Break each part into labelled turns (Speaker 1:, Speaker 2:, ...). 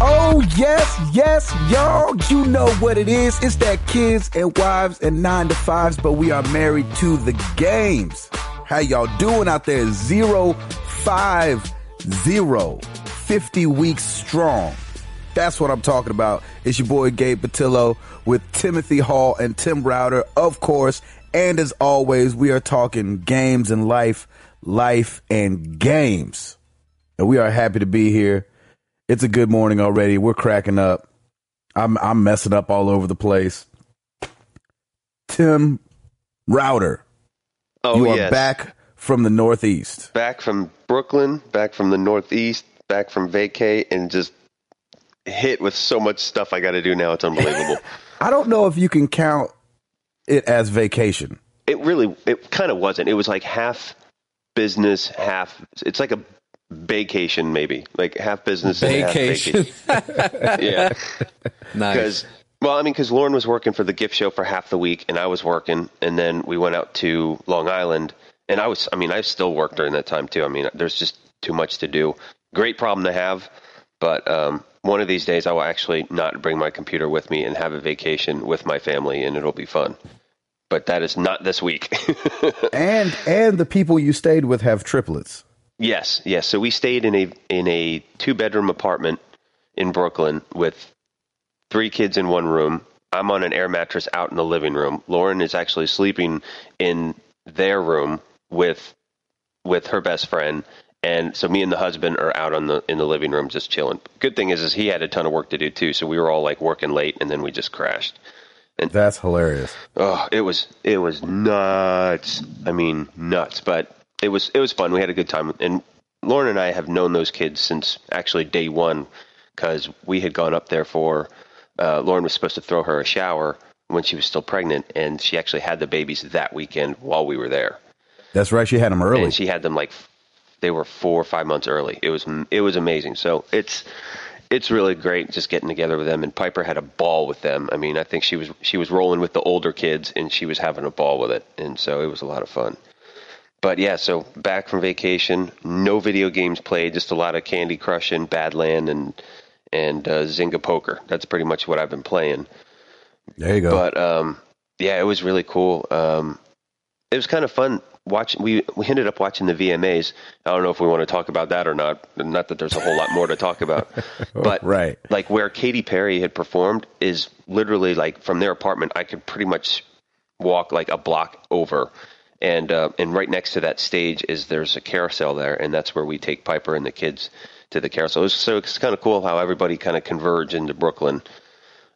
Speaker 1: Oh, yes, yes, y'all. You know what it is. It's that kids and wives and nine to fives, but we are married to the games. How y'all doing out there? Zero five zero. 50 weeks strong. That's what I'm talking about. It's your boy Gabe Patillo with Timothy Hall and Tim Router, of course. And as always, we are talking games and life, life and games. And we are happy to be here. It's a good morning already. We're cracking up. I'm I'm messing up all over the place. Tim Router,
Speaker 2: Oh
Speaker 1: you are
Speaker 2: yes.
Speaker 1: back from the Northeast.
Speaker 2: Back from Brooklyn, back from the Northeast, back from vacay, and just hit with so much stuff I got to do now. It's unbelievable.
Speaker 1: I don't know if you can count it as vacation.
Speaker 2: it really, it kind of wasn't. It was like half business, half. It's like a vacation, maybe like half business and half
Speaker 3: Vacation.
Speaker 2: vacation. yeah,
Speaker 3: Nice.
Speaker 2: because well, I mean, because Lauren was working for the gift show for half the week, and I was working, and then we went out to Long Island, and I was, I mean, I still worked during that time too. I mean, there's just too much to do. Great problem to have, but um, one of these days I will actually not bring my computer with me and have a vacation with my family, and it'll be fun. But that is not this week.
Speaker 1: And and the people you stayed with have triplets.
Speaker 2: Yes, yes. So we stayed in a in a two bedroom apartment in Brooklyn with three kids in one room. I'm on an air mattress out in the living room. Lauren is actually sleeping in their room with with her best friend. And so me and the husband are out on the in the living room just chilling. Good thing is is he had a ton of work to do too, so we were all like working late and then we just crashed.
Speaker 1: That's hilarious.
Speaker 2: Oh, it was it was nuts. I mean, nuts. But it was it was fun. We had a good time, and Lauren and I have known those kids since actually day one, because we had gone up there for. Uh, Lauren was supposed to throw her a shower when she was still pregnant, and she actually had the babies that weekend while we were there,
Speaker 1: That's right. She had them early.
Speaker 2: and she had them like they were four or five months early. It was it was amazing. So it's. It's really great just getting together with them, and Piper had a ball with them. I mean, I think she was she was rolling with the older kids, and she was having a ball with it, and so it was a lot of fun. But yeah, so back from vacation, no video games played, just a lot of Candy Crush and Badland and and uh, Zynga poker. That's pretty much what I've been playing.
Speaker 1: there you go.
Speaker 2: But um, yeah, it was really cool. Um, it was kind of fun watching. We we ended up watching the VMAs. I don't know if we want to talk about that or not. Not that there's a whole lot more to talk about, but
Speaker 1: Right.
Speaker 2: like where Katy Perry had performed is literally like from their apartment. I could pretty much walk like a block over. And uh, and right next to that stage is there's a carousel there, and that's where we take Piper and the kids to the carousel. It was- so it's kind of cool how everybody kind of converge into Brooklyn,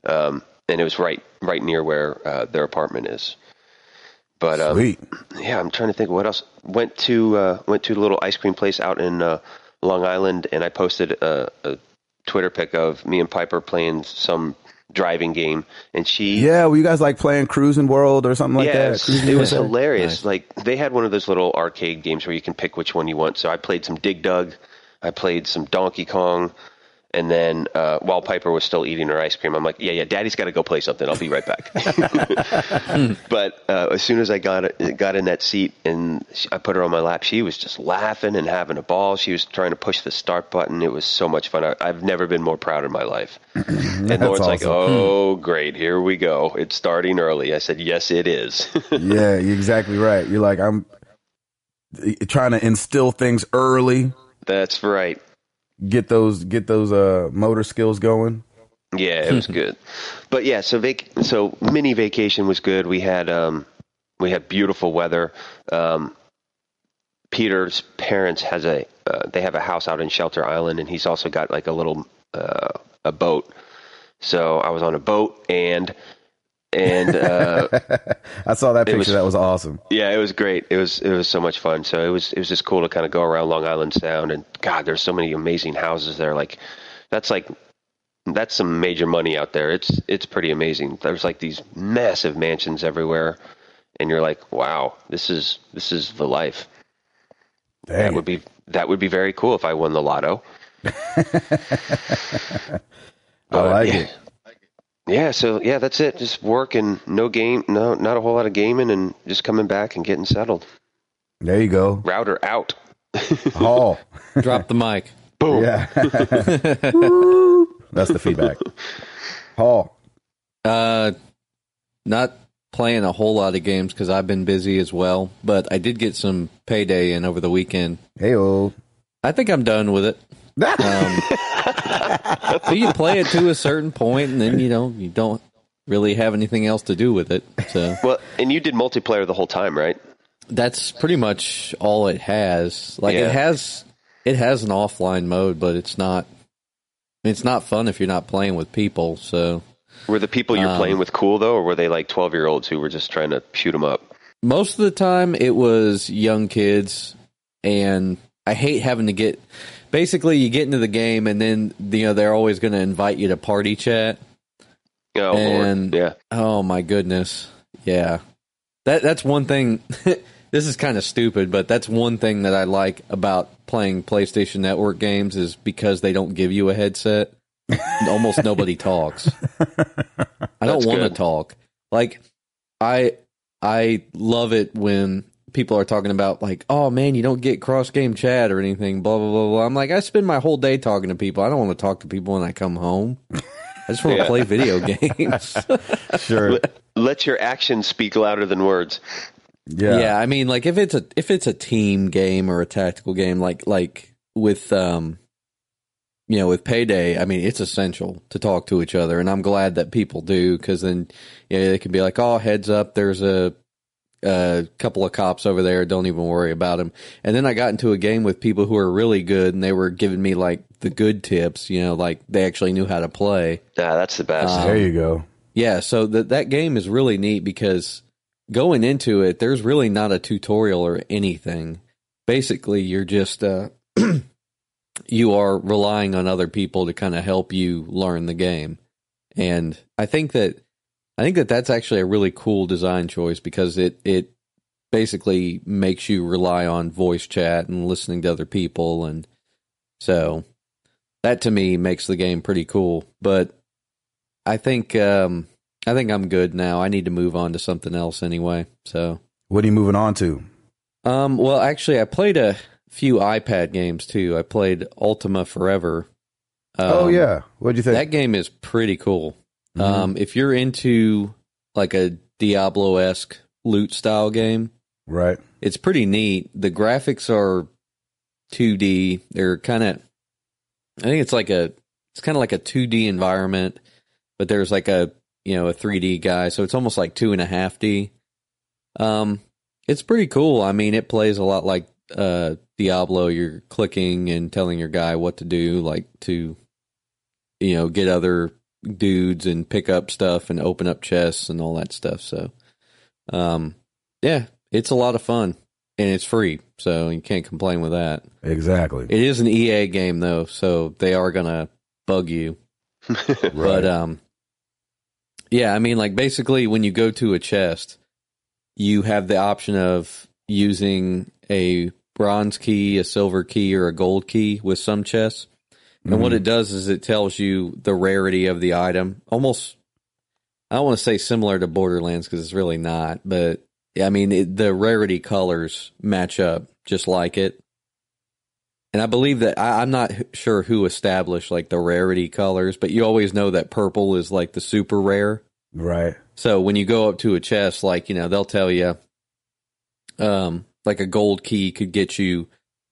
Speaker 2: um, and it was right right near where uh, their apartment is. But um,
Speaker 1: Sweet.
Speaker 2: yeah, I'm trying to think of what else. Went to uh, went to a little ice cream place out in uh, Long Island, and I posted a, a Twitter pic of me and Piper playing some driving game, and she
Speaker 1: Yeah, were you guys like playing Cruising World or something like
Speaker 2: yeah,
Speaker 1: that?
Speaker 2: it was,
Speaker 1: Cruising
Speaker 2: it was
Speaker 1: World?
Speaker 2: hilarious. Like they had one of those little arcade games where you can pick which one you want. So I played some Dig Dug, I played some Donkey Kong, and then uh, while Piper was still eating her ice cream, I'm like, "Yeah, yeah, Daddy's got to go play something. I'll be right back." but uh, as soon as I got got in that seat and she, I put her on my lap, she was just laughing and having a ball. She was trying to push the start button. It was so much fun. I, I've never been more proud in my life. and Lauren's like,
Speaker 1: Mm, awesome. Hmm.
Speaker 2: "Oh, great, here we go. It's starting early." I said, "Yes, it is."
Speaker 1: yeah, you're exactly right. You're like, I'm you're trying to instill things early,
Speaker 2: That's right.
Speaker 1: get those get those uh motor skills going.
Speaker 2: Yeah, it was good. But yeah, so vac- so mini vacation was good. We had um we had beautiful weather. Um Peter's parents has a uh, they have a house out in Shelter Island and he's also got like a little uh a boat. So I was on a boat and and uh
Speaker 1: I saw that picture.
Speaker 2: was-
Speaker 1: that was awesome.
Speaker 2: yeah, it was great. It was it was so much fun. So it was it was just cool to kind of go around Long Island Sound and God, there's so many amazing houses there. Like that's like that's some major money out there. It's it's pretty amazing. There's like these massive mansions everywhere, and you're like, wow, this is this is the life. That
Speaker 1: Dang
Speaker 2: would
Speaker 1: it.
Speaker 2: be that would be very cool if I won the lotto.
Speaker 1: I
Speaker 2: But-
Speaker 1: like it.
Speaker 2: Yeah, so yeah, that's it. Just work and no game, no, not a whole lot of gaming, and just coming back and getting settled.
Speaker 1: There you go.
Speaker 2: Router out.
Speaker 1: Hall.
Speaker 3: Drop the mic.
Speaker 1: Yeah. That's the feedback. Paul,
Speaker 3: Uh, not playing a whole lot of games because I've been busy as well. But I did get some payday in over the weekend.
Speaker 1: hey, oh.
Speaker 3: I think I'm done with it. Um, so you play it to a certain point, and then you know you don't really have anything else to do with it. So
Speaker 2: Well, and you did multiplayer the whole time, right?
Speaker 3: that's pretty much all it has. Like
Speaker 2: Yeah.
Speaker 3: it has it has an offline mode, but it's not it's not fun if you're not playing with people. So
Speaker 2: Were the people you're
Speaker 3: Um,
Speaker 2: playing with cool though, or were they like 12 year olds who were just trying to shoot them up?
Speaker 3: most of the time it was young kids and I hate having to get basically you get into the game and then you know they're always going to invite you to party chat.
Speaker 2: Oh,
Speaker 3: And-
Speaker 2: Lord. yeah.
Speaker 3: Oh my goodness. Yeah. That that's one thing this is kind of stupid, but that's one thing that I like about playing PlayStation Network games is because they don't give you a headset. Almost nobody talks. I don't
Speaker 2: That's
Speaker 3: want to
Speaker 2: good.
Speaker 3: talk. Like I I love it when people are talking about like, "Oh man, you don't get cross game chat or anything, blah blah blah blah." I'm like, "I spend my whole day talking to people. I don't want to talk to people when I come home. I just want to
Speaker 2: Yeah.
Speaker 3: play video games."
Speaker 1: Sure.
Speaker 2: Let, let your actions speak louder than words.
Speaker 1: Yeah.
Speaker 3: Yeah, I mean, like if it's a if it's a team game or a tactical game, like like with um, you know, with payday, I mean, it's essential to talk to each other, and I'm glad that people do because then you know, they can be like, oh, heads up, there's a a couple of cops over there. Don't even worry about them. And then I got into a game with people who are really good, and they were giving me like the good tips. You know, like they actually knew how to play.
Speaker 2: Nah, that's the best.
Speaker 3: Uh,
Speaker 1: There you go.
Speaker 3: Yeah, so that that game is really neat because going into it, there's really not a tutorial or anything. Basically, you're just uh, you are relying on other people to kind of help you learn the game, and I think that I think that that's actually a really cool design choice because it it basically makes you rely on voice chat and listening to other people, and so that to me makes the game pretty cool. But I think um I think I'm good now. I need to move on to something else anyway. So
Speaker 1: What are you moving on to?
Speaker 3: um well actually I played a few iPad games too. I played Ultima Forever. Um,
Speaker 1: oh yeah. What'd you think?
Speaker 3: That game is pretty cool.
Speaker 1: Mhm.
Speaker 3: Um if you're into like a Diablo esque loot style game,
Speaker 1: right.
Speaker 3: it's pretty neat. The graphics are 2D. They're kind of, I think it's like a, it's kind of like a 2D environment, but there's like a, you know, a 3D guy. So it's almost like two and a half D. Um, it's pretty cool. I mean, it plays a lot like, uh, Diablo. You're clicking and telling your guy what to do, like to, you know, get other dudes and pick up stuff and open up chests and all that stuff. So, um, yeah, it's a lot of fun and it's free, so you can't complain with that.
Speaker 1: Exactly.
Speaker 3: It is an EA game though, so they are gonna bug you.
Speaker 1: right.
Speaker 3: But um, yeah, I mean, like basically, when you go to a chest, you have the option of using a bronze key, a silver key, or a gold key with some chests. And what it does is it tells you the rarity of the item. Almost, I don't want to say similar to Borderlands because it's really not, but I mean, it, the rarity colors match up just like it. And I believe that I, I'm not h- sure who established like the rarity colors, but you always know that purple is like the super rare.
Speaker 1: right.
Speaker 3: So when you go up to a chest, like you know, they'll tell you, um, like a gold key could get you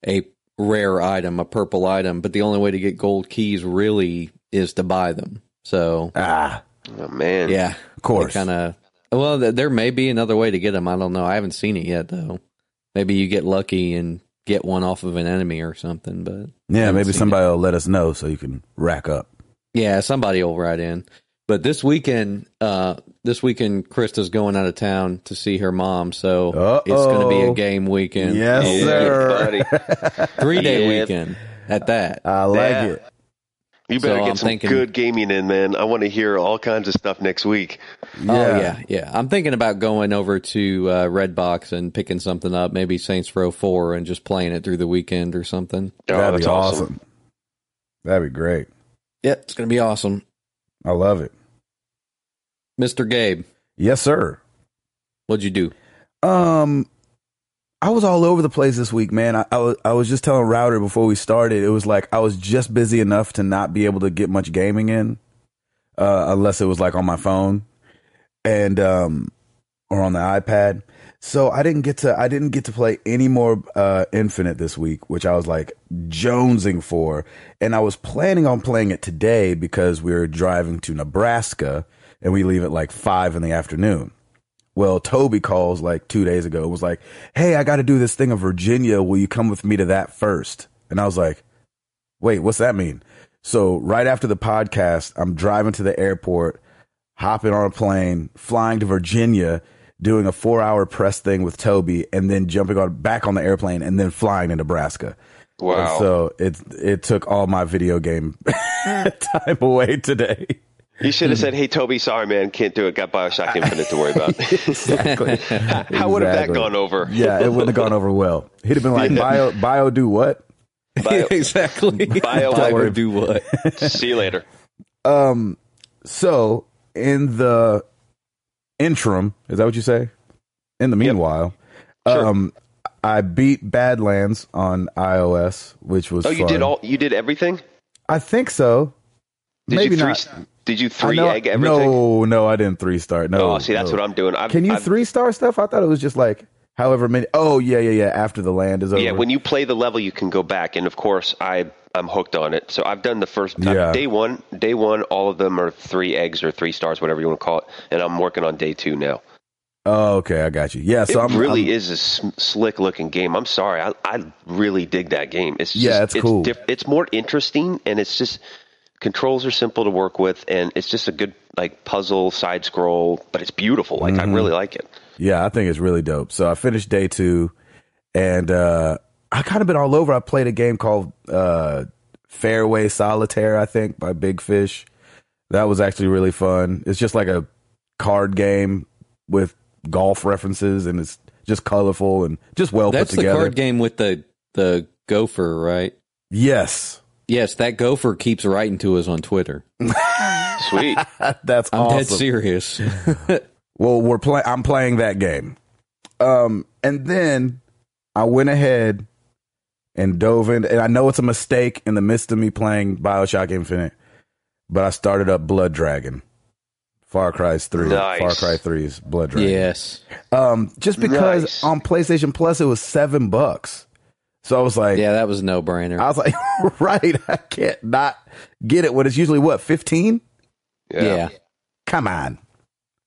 Speaker 3: a rare item, a purple item, but the only way to get gold keys really is to buy them. So
Speaker 1: Ah,
Speaker 2: oh man.
Speaker 3: yeah,
Speaker 1: of course.
Speaker 3: kind of. Well, th- there may be another way to get them. I don't know. I haven't seen it yet, though. Maybe you get lucky and get one off of an enemy or something. But
Speaker 1: yeah.
Speaker 3: haven't
Speaker 1: Maybe
Speaker 3: seen
Speaker 1: somebody will let us know so you can rack up.
Speaker 3: Yeah, somebody will write in. But this weekend, uh, this weekend, Krista's going out of town to see her mom, so it's going to be
Speaker 1: Uh-oh.
Speaker 3: a game weekend.
Speaker 1: Yes,
Speaker 2: Yeah,
Speaker 1: sir.
Speaker 3: three day
Speaker 2: Yeah.
Speaker 3: weekend at that.
Speaker 1: I like
Speaker 2: Yeah.
Speaker 1: it.
Speaker 2: You better
Speaker 3: So
Speaker 2: get
Speaker 3: I'm
Speaker 2: some
Speaker 3: thinking-
Speaker 2: good gaming in, man. I want to hear all kinds of stuff next week.
Speaker 1: Yeah.
Speaker 3: Oh yeah, yeah. I'm thinking about going over to uh, Redbox and picking something up, maybe Saints Row Four, and just playing it through the weekend or something.
Speaker 2: Oh,
Speaker 1: That'd
Speaker 2: that's
Speaker 1: be awesome. That'd be great.
Speaker 3: Yeah, it's going to be awesome,
Speaker 1: I love it.
Speaker 3: Mister Gabe.
Speaker 1: Yes, sir.
Speaker 3: What'd you do?
Speaker 1: Um, I was all over the place this week, man. I, I, was, I was just telling Router before we started. It was like I was just busy enough to not be able to get much gaming in, uh, unless it was like on my phone, and um, or on the iPad. So I didn't get to I didn't get to play any more uh, Infinite this week, which I was like jonesing for, and I was planning on playing it today because we were driving to Nebraska and we leave at like five in the afternoon. Well, Toby calls like two days ago and was like, Hey, I got to do this thing in Virginia. Will you come with me to that first? And I was like, Wait, what's that mean? So, right after the podcast, I'm driving to the airport, hopping on a plane, flying to Virginia, doing a four hour press thing with Toby, and then jumping on back on the airplane and then flying to Nebraska.
Speaker 2: Wow.
Speaker 1: And so, it, it took all my video game time away today.
Speaker 2: You should have said, "Hey, Toby, sorry, man, can't do it. Got Bioshock Infinite to worry about."
Speaker 1: exactly.
Speaker 2: How would have that
Speaker 1: Exactly.
Speaker 2: gone over?
Speaker 1: Yeah, it wouldn't have gone over well. He'd have been like, "Bio, bio, do what?"
Speaker 2: Bio-
Speaker 3: exactly.
Speaker 2: Bio-
Speaker 3: Don't
Speaker 1: Bio-
Speaker 3: worry, do what?
Speaker 2: See you later.
Speaker 1: Um, so in the interim, is that what you say? In the meanwhile,
Speaker 2: Sure.
Speaker 1: um, I beat Badlands on iOS, which was
Speaker 2: Oh, you
Speaker 1: fun.
Speaker 2: did all. You did everything.
Speaker 1: I think so.
Speaker 2: Did
Speaker 1: Maybe
Speaker 2: you three?
Speaker 1: not.
Speaker 2: Did you
Speaker 1: I
Speaker 2: three
Speaker 1: know-
Speaker 2: egg everything?
Speaker 1: No, no, I didn't three star. No,
Speaker 2: oh, see, that's
Speaker 1: no.
Speaker 2: what I'm doing. I'm,
Speaker 1: Can you
Speaker 2: I'm-
Speaker 1: three star stuff? I thought it was just like however many. Oh yeah, yeah, yeah. After the land is over.
Speaker 2: Yeah, when you play the level, you can go back, and of course, I I'm hooked on it. So I've done the first
Speaker 1: Yeah.
Speaker 2: day one. Day one, all of them are three eggs or three stars, whatever you want to call it, and I'm working on day two now.
Speaker 1: oh, okay, I got you. Yeah, so
Speaker 2: it
Speaker 1: I'm
Speaker 2: really
Speaker 1: I'm-
Speaker 2: is a sm- slick looking game. I'm sorry, I, I really dig that game. It's just,
Speaker 1: Yeah, it's cool.
Speaker 2: diff- it's more interesting, and it's just controls are simple to work with, and it's just a good like puzzle side scroll. But it's beautiful. Like
Speaker 1: Mm-hmm.
Speaker 2: I really like it.
Speaker 1: Yeah, I think it's really dope. So I finished day two, and uh, I kind of been all over. I played a game called uh, Fairway Solitaire, I think, by Big Fish. That was actually really fun. It's just like a card game with golf references, and it's just colorful and just well
Speaker 3: That's
Speaker 1: put
Speaker 3: the
Speaker 1: together.
Speaker 3: card game with the the gopher, right?
Speaker 1: Yes,
Speaker 3: Yes, that gopher keeps writing to us on Twitter.
Speaker 2: Sweet.
Speaker 1: that's
Speaker 3: I'm
Speaker 1: awesome.
Speaker 3: dead serious.
Speaker 1: Well, we're play. I'm playing that game. Um, and then I went ahead and dove in, and I know it's a mistake in the midst of me playing Bioshock Infinite, but I started up Blood Dragon, Far Cry's three,
Speaker 2: Nice.
Speaker 1: Far Cry 3's Blood Dragon.
Speaker 3: yes.
Speaker 1: Um, just because
Speaker 2: Nice.
Speaker 1: on PlayStation Plus it was seven bucks, so I was like,
Speaker 3: Yeah, that was a no brainer.
Speaker 1: I was like, right, I can't not get it when it's usually what fifteen.
Speaker 3: Yeah.
Speaker 1: Come on.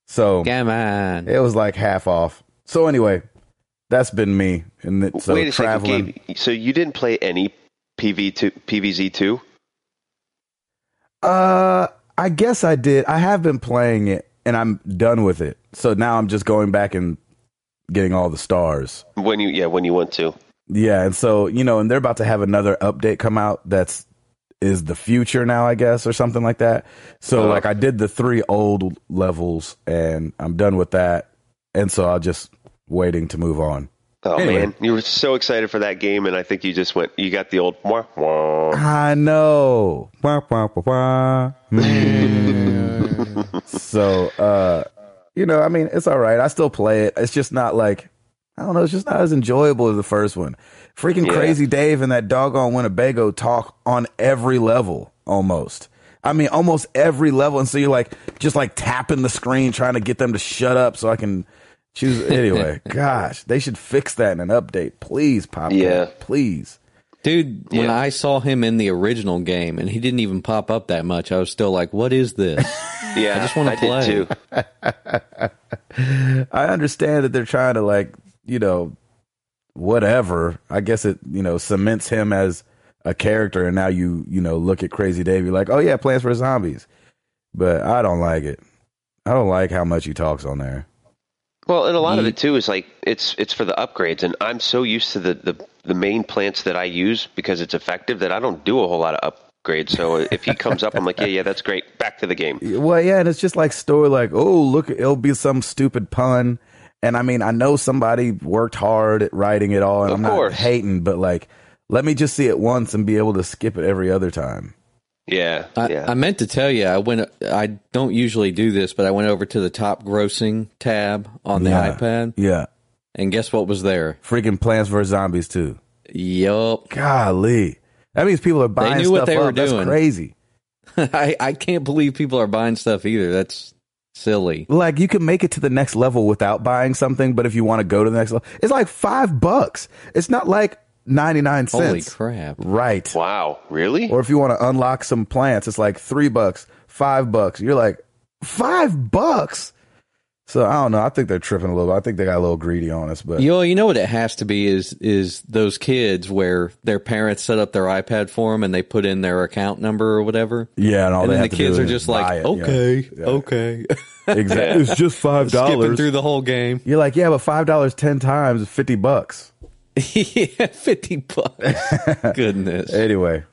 Speaker 1: So
Speaker 3: Come on.
Speaker 1: It was like half off. So anyway, that's been me. And it, so
Speaker 2: Wait a
Speaker 1: traveling.
Speaker 2: second, Gabe. So you didn't play any PV two PVZ two?
Speaker 1: Uh, I guess I did. I have been playing it, and I'm done with it. So now I'm just going back and getting all the stars.
Speaker 2: When you yeah, when you want to.
Speaker 1: Yeah, and so you know, and they're about to have another update come out that's is the future now, I guess, or something like that. So
Speaker 2: Oh.
Speaker 1: like I did the three old levels, and I'm done with that. And so I'll just waiting to move on.
Speaker 2: Oh
Speaker 1: Anyway.
Speaker 2: man, you were so excited for that game, and I think you just went. You got the old. Wah, wah.
Speaker 1: I know. Wah, wah, wah, wah. Mm. so, uh, you know, I mean, it's all right. I still play it. It's just not like, I don't know, it's just not as enjoyable as the first one. Freaking
Speaker 2: Yeah.
Speaker 1: Crazy Dave and that doggone Winnebago talk on every level almost. I mean, almost every level. And so you're like, just like tapping the screen, trying to get them to shut up so I can choose. Anyway, gosh, they should fix that in an update. Please, Pop.
Speaker 2: Yeah.
Speaker 1: Please.
Speaker 3: Dude, when
Speaker 2: Yeah.
Speaker 3: I saw him in the original game and he didn't even pop up that much, I was still like, what is this?
Speaker 2: Yeah, I
Speaker 3: just wanna
Speaker 2: did
Speaker 3: play.
Speaker 2: too.
Speaker 1: I understand that they're trying to like, you know, whatever. I guess it, you know, cements him as a character and now you, you know, look at Crazy Dave, you're like, Oh yeah, Plans for Zombies. But I don't like it. I don't like how much he talks on there.
Speaker 2: Well, and a lot of
Speaker 3: Ye-
Speaker 2: it too is like it's it's for the upgrades, and I'm so used to the, the the main plants that I use because it's effective that I don't do a whole lot of upgrades. So if he comes up, I'm like, yeah, yeah, that's great. Back to the game.
Speaker 1: Well, yeah, and it's just like story like, oh, look, it'll be some stupid pun. And I mean, I know somebody worked hard at writing it all, and
Speaker 2: Of
Speaker 1: I'm
Speaker 2: course.
Speaker 1: not hating, but like, let me just see it once and be able to skip it every other time.
Speaker 2: Yeah,
Speaker 3: I,
Speaker 2: yeah.
Speaker 3: I meant to tell you, I went. I don't usually do this, but I went over to the top grossing tab on the
Speaker 1: Yeah.
Speaker 3: iPad,
Speaker 1: Yeah.
Speaker 3: And guess what was there?
Speaker 1: Freaking Plants vs Zombies too.
Speaker 3: Yup.
Speaker 1: Golly, that means people are buying
Speaker 3: knew
Speaker 1: stuff
Speaker 3: what they
Speaker 1: up.
Speaker 3: were
Speaker 1: That's
Speaker 3: doing.
Speaker 1: crazy.
Speaker 3: I, I can't believe people are buying stuff either. That's silly.
Speaker 1: Like you can make it to the next level without buying something, but if you want to go to the next level, it's like five bucks. It's not like ninety nine
Speaker 3: Holy
Speaker 1: cents.
Speaker 3: crap.
Speaker 1: Right.
Speaker 2: Wow, really?
Speaker 1: Or if you want to unlock some plants, it's like three bucks, five bucks. You're like, five bucks. So I don't know. I think they're tripping a little bit. I think they got a little greedy on us, but
Speaker 3: You know, you know what it has to be is is those kids where their parents set up their iPad for them and they put in their account number or whatever.
Speaker 1: yeah, and all
Speaker 3: and
Speaker 1: they
Speaker 3: then
Speaker 1: have
Speaker 3: the
Speaker 1: to do
Speaker 3: kids are
Speaker 1: is
Speaker 3: just
Speaker 1: buy it.
Speaker 3: like,
Speaker 1: Yeah.
Speaker 3: okay, okay,
Speaker 1: exactly. It's just five
Speaker 3: skipping
Speaker 1: dollars.
Speaker 3: through the whole game.
Speaker 1: You're like, yeah, but five dollars ten times is fifty bucks.
Speaker 3: yeah, fifty bucks. Goodness.
Speaker 1: Anyway,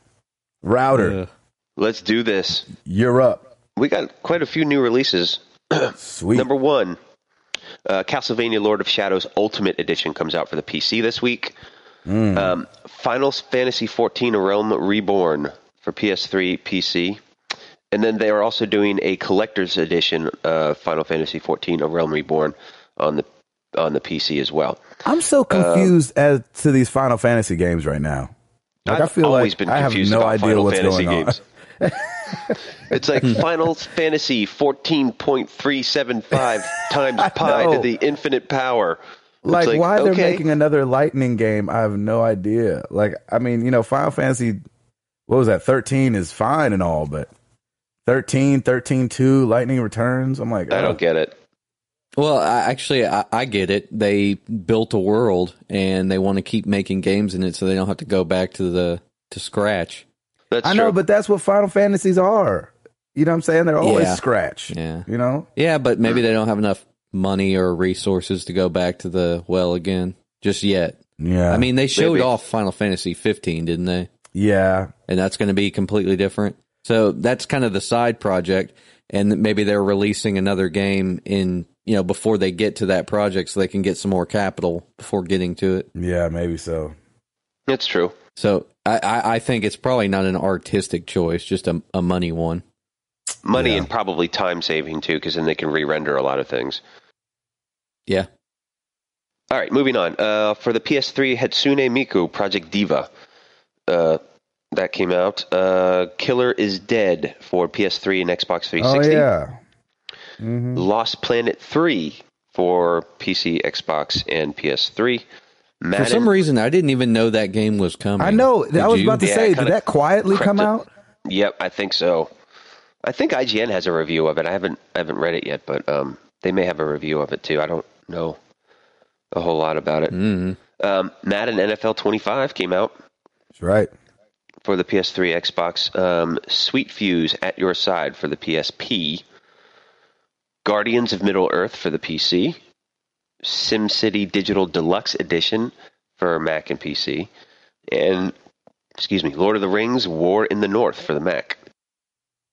Speaker 1: router,
Speaker 3: Ugh.
Speaker 2: Let's do this.
Speaker 1: you're up.
Speaker 2: We got quite a few new releases.
Speaker 1: Sweet.
Speaker 2: Number one, uh, Castlevania Lord of Shadows Ultimate Edition comes out for the PC this week. Um, Final Fantasy XIV Realm Reborn for PS3, PC. And then they are also doing a collector's edition of Final Fantasy XIV A Realm Reborn on the on the PC as well.
Speaker 1: I'm
Speaker 2: Uh,
Speaker 1: so confused as to these Final Fantasy games right now. Like, I
Speaker 2: I've
Speaker 1: feel
Speaker 2: always
Speaker 1: like
Speaker 2: been
Speaker 1: I have
Speaker 2: confused
Speaker 1: no
Speaker 2: about
Speaker 1: idea
Speaker 2: Final
Speaker 1: what's
Speaker 2: Fantasy
Speaker 1: going on.
Speaker 2: games. it's like
Speaker 1: Hmm.
Speaker 2: Final Fantasy 14.375 times pi
Speaker 1: know.
Speaker 2: to the infinite power. It's
Speaker 1: like, why they're
Speaker 2: okay.
Speaker 1: making another lightning game i have no idea like i mean you know final fantasy what was that 13 is fine and all but 13 13 2 lightning returns i'm like
Speaker 2: I
Speaker 1: oh,
Speaker 2: don't get it.
Speaker 3: Well, I, actually, I, I get it. They built a world and they want to keep making games in it, so they don't have to go back to the to scratch.
Speaker 2: That's
Speaker 1: i know
Speaker 2: true.
Speaker 1: but that's what final fantasies are you know what i'm saying they're always
Speaker 3: Yeah.
Speaker 1: scratch
Speaker 3: Yeah,
Speaker 1: you know
Speaker 3: yeah, but maybe they don't have enough money or resources to go back to the well again just yet.
Speaker 1: yeah
Speaker 3: I mean, they showed
Speaker 2: Maybe.
Speaker 3: off Final Fantasy 15, didn't they?
Speaker 1: yeah
Speaker 3: And that's going to be completely different. So that's kind of the side project. And maybe they're releasing another game in, you know, before they get to that project so they can get some more capital before getting to it.
Speaker 1: yeah maybe so
Speaker 2: That's true.
Speaker 3: So I, I, I think it's probably not an artistic choice, just a, a money one.
Speaker 2: Money
Speaker 1: Yeah.
Speaker 2: and probably time saving too, because then they can re-render a lot of things.
Speaker 3: Yeah.
Speaker 2: All right, moving on. Uh, for the PS3, Hatsune Miku Project Diva, uh, that came out. Uh, Killer is Dead for PS3 and Xbox 360.
Speaker 1: oh yeah hmm
Speaker 2: Lost Planet 3 for PC, Xbox, and PS3. Madden,
Speaker 3: For some reason, I didn't even know that game was coming.
Speaker 1: i know
Speaker 3: Did
Speaker 1: i was
Speaker 3: you?
Speaker 1: about to
Speaker 2: Yeah,
Speaker 1: say did
Speaker 2: kinda
Speaker 1: that quietly
Speaker 2: crept
Speaker 1: come
Speaker 2: it.
Speaker 1: out
Speaker 2: Yep, I think so. I think IGN has a review of it. I haven't I haven't read it yet, but um, they may have a review of it too. I don't know a whole lot about it.
Speaker 3: Mm.
Speaker 2: Um, Madden NFL 25 came out
Speaker 1: that's right
Speaker 2: for the PS3, Xbox. Um, Sweet Fuse at your side for the PSP. Guardians of Middle Earth for the PC. SimCity Digital Deluxe Edition for Mac and PC. And, excuse me, Lord of the Rings War in the North for the Mac.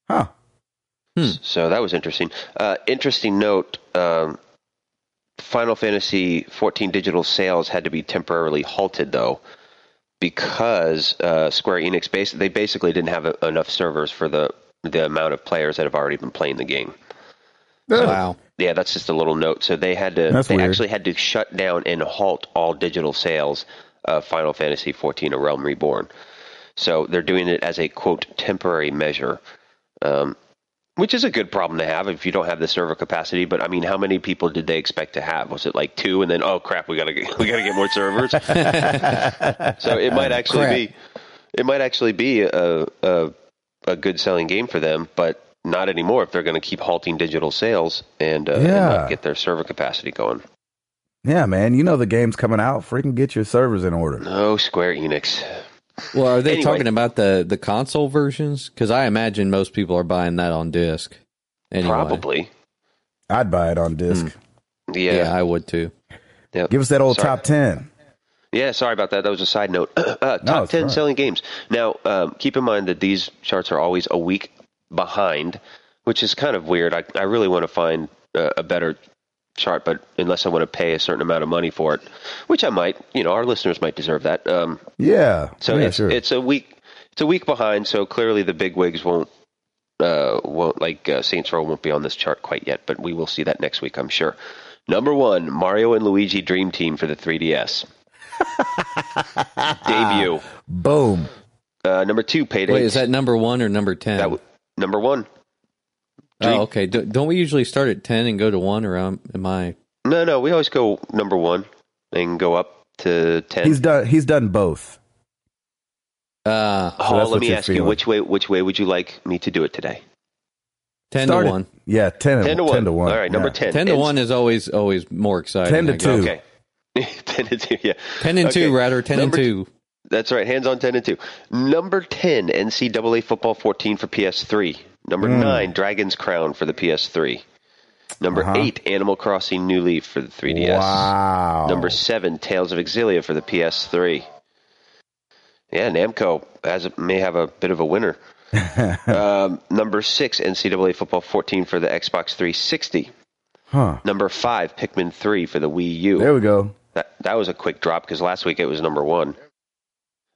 Speaker 1: huh
Speaker 2: So that was interesting. Uh, interesting note um, Final Fantasy 14 digital sales had to be temporarily halted, though, because uh, Square Enix bas- they basically didn't have a- enough servers for the the amount of players that have already been playing the game.
Speaker 3: Wow.
Speaker 2: Yeah, that's just a little note. So they had to
Speaker 1: That's
Speaker 2: they
Speaker 1: weird.
Speaker 2: actually had to shut down and halt all digital sales of Final Fantasy 14 A Realm Reborn. So they're doing it as a quote temporary measure. Um which is a good problem to have if you don't have the server capacity. But I mean, how many people did they expect to have? Was it like two, and then oh crap, we gotta get, we gotta get more servers. so it might actually
Speaker 3: Crap.
Speaker 2: be it might actually be a, a a good selling game for them, but not anymore if they're going to keep halting digital sales and, uh, and
Speaker 1: Yeah.
Speaker 2: not get their server capacity going.
Speaker 1: yeah man you know the game's coming out freaking get your servers in order
Speaker 2: No, Oh, Square Enix.
Speaker 3: Well, are they
Speaker 2: Anyway.
Speaker 3: talking about the the console versions? Because I imagine most people are buying that on disc. Anyway.
Speaker 2: Probably.
Speaker 1: I'd buy it on disc.
Speaker 2: Yeah.
Speaker 3: Yeah.
Speaker 2: Yeah.
Speaker 3: I would too.
Speaker 1: Give us that old
Speaker 2: Hmm. Sorry.
Speaker 1: top ten.
Speaker 2: Sorry about that. That was a side note. uh, top
Speaker 1: No, it's
Speaker 2: ten
Speaker 1: all right.
Speaker 2: selling games. Now, um, keep in mind that these charts are always a week behind, which is kind of weird. I, I really want to find uh, a better chart, but unless I want to pay a certain amount of money for it, which I might, you know, our listeners might deserve that. Um,
Speaker 1: Yeah.
Speaker 2: So
Speaker 1: yeah,
Speaker 2: it's it's a week it's a week behind. So clearly the big wigs won't uh, won't like uh, Saints Row won't be on this chart quite yet, but we will see that next week, I'm sure. Number one, Mario and Luigi Dream Team for the 3DS. Debut.
Speaker 1: Boom.
Speaker 2: Uh, number two, Payday.
Speaker 3: Wait, is that number one or number ten?
Speaker 2: That w- number one?
Speaker 3: oh, okay. Do, don't we usually start at ten and go to one, or um, am I?
Speaker 2: No, no, we always go number one and go up to ten.
Speaker 1: He's done. He's done both.
Speaker 3: Uh,
Speaker 1: so
Speaker 2: oh,
Speaker 1: that's
Speaker 2: let
Speaker 1: what
Speaker 2: me
Speaker 1: you're
Speaker 2: ask you,
Speaker 1: feeling.
Speaker 2: which way which way would you like me to do it today?
Speaker 3: ten
Speaker 1: Started-
Speaker 3: to one.
Speaker 1: Yeah, ten,
Speaker 2: Ten to one. All right, number
Speaker 1: yeah.
Speaker 2: ten.
Speaker 3: Ten to
Speaker 2: And-
Speaker 3: one is always always more exciting.
Speaker 1: 10 to
Speaker 3: I guess.
Speaker 1: two.
Speaker 2: Okay. ten to two. Yeah,
Speaker 3: Ten and
Speaker 2: Okay.
Speaker 3: two, rather ten
Speaker 2: Number
Speaker 3: and two.
Speaker 2: that's right. Hands on ten and two. Number ten, NCAA football fourteen for PS3. Number
Speaker 1: Mm.
Speaker 2: nine, Dragon's Crown for the PS3. Number
Speaker 1: Uh-huh.
Speaker 2: eight, Animal Crossing New Leaf for the 3DS.
Speaker 1: Wow.
Speaker 2: Number seven, Tales of Exilia for the PS3. Yeah, Namco has may have a bit of a winner. um, number six, NCAA Football 14 for the Xbox 360.
Speaker 1: Huh.
Speaker 2: Number five, Pikmin 3 for the Wii U.
Speaker 1: There we go.
Speaker 2: That, that was a quick drop because last week it was number one.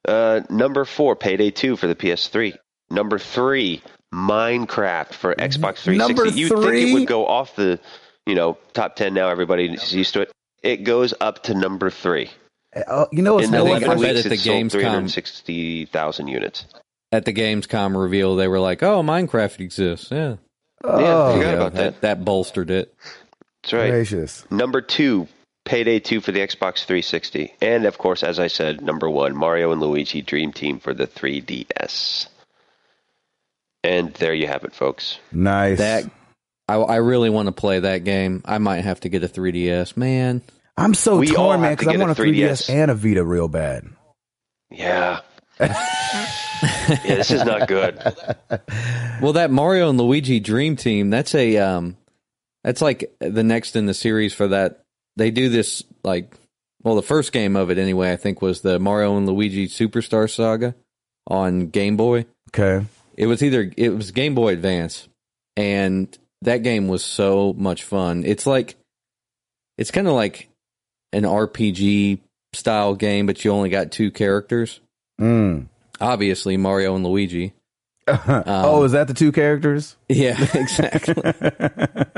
Speaker 2: Uh, number four, Payday 2 for the PS3. Number three, Minecraft for Xbox 360.
Speaker 1: Number
Speaker 2: You'd think
Speaker 1: three?
Speaker 2: it would go off the, you know, top 10 now. Everybody's used to it. It goes up to number three.
Speaker 1: Uh, you know what's
Speaker 2: In the
Speaker 3: I
Speaker 1: really
Speaker 3: think-
Speaker 2: one
Speaker 1: funny?
Speaker 3: bet
Speaker 2: week,
Speaker 3: at the
Speaker 2: it sold
Speaker 3: Gamescom-
Speaker 2: 360,000 units.
Speaker 3: At the Gamescom reveal, they were like, "Oh, Minecraft exists." Yeah,
Speaker 1: Oh,
Speaker 2: forgot
Speaker 3: Yeah,
Speaker 2: about that.
Speaker 3: that. bolstered it.
Speaker 2: That's right.
Speaker 1: gracious.
Speaker 2: Number two, Payday 2 for the Xbox 360. And, of course, as I said, number one, Mario and Luigi Dream Team for the 3DS. And there you have it, folks.
Speaker 1: Nice.
Speaker 3: That I, I really want to play that game. I might have to get a 3ds. Man,
Speaker 1: I'm so
Speaker 2: We all
Speaker 1: torn, man,
Speaker 2: have to
Speaker 1: because I
Speaker 2: get
Speaker 1: want a
Speaker 2: a
Speaker 1: 3DS.
Speaker 2: 3DS.
Speaker 1: and a Vita real bad.
Speaker 2: Yeah. yeah, this is not good.
Speaker 3: Well, that Mario and Luigi Dream Team, that's a um that's like the next in the series for that. They do this like well, the first game of it anyway, I think was the Mario and Luigi Superstar Saga on Game Boy.
Speaker 1: Okay.
Speaker 3: It was either it was Game Boy Advance and that game was so much fun. It's like it's kind of like an RPG style game but you only got two characters.
Speaker 1: Mm.
Speaker 3: Obviously Mario and Luigi. Uh,
Speaker 1: oh, is that the two characters?
Speaker 3: Yeah, exactly.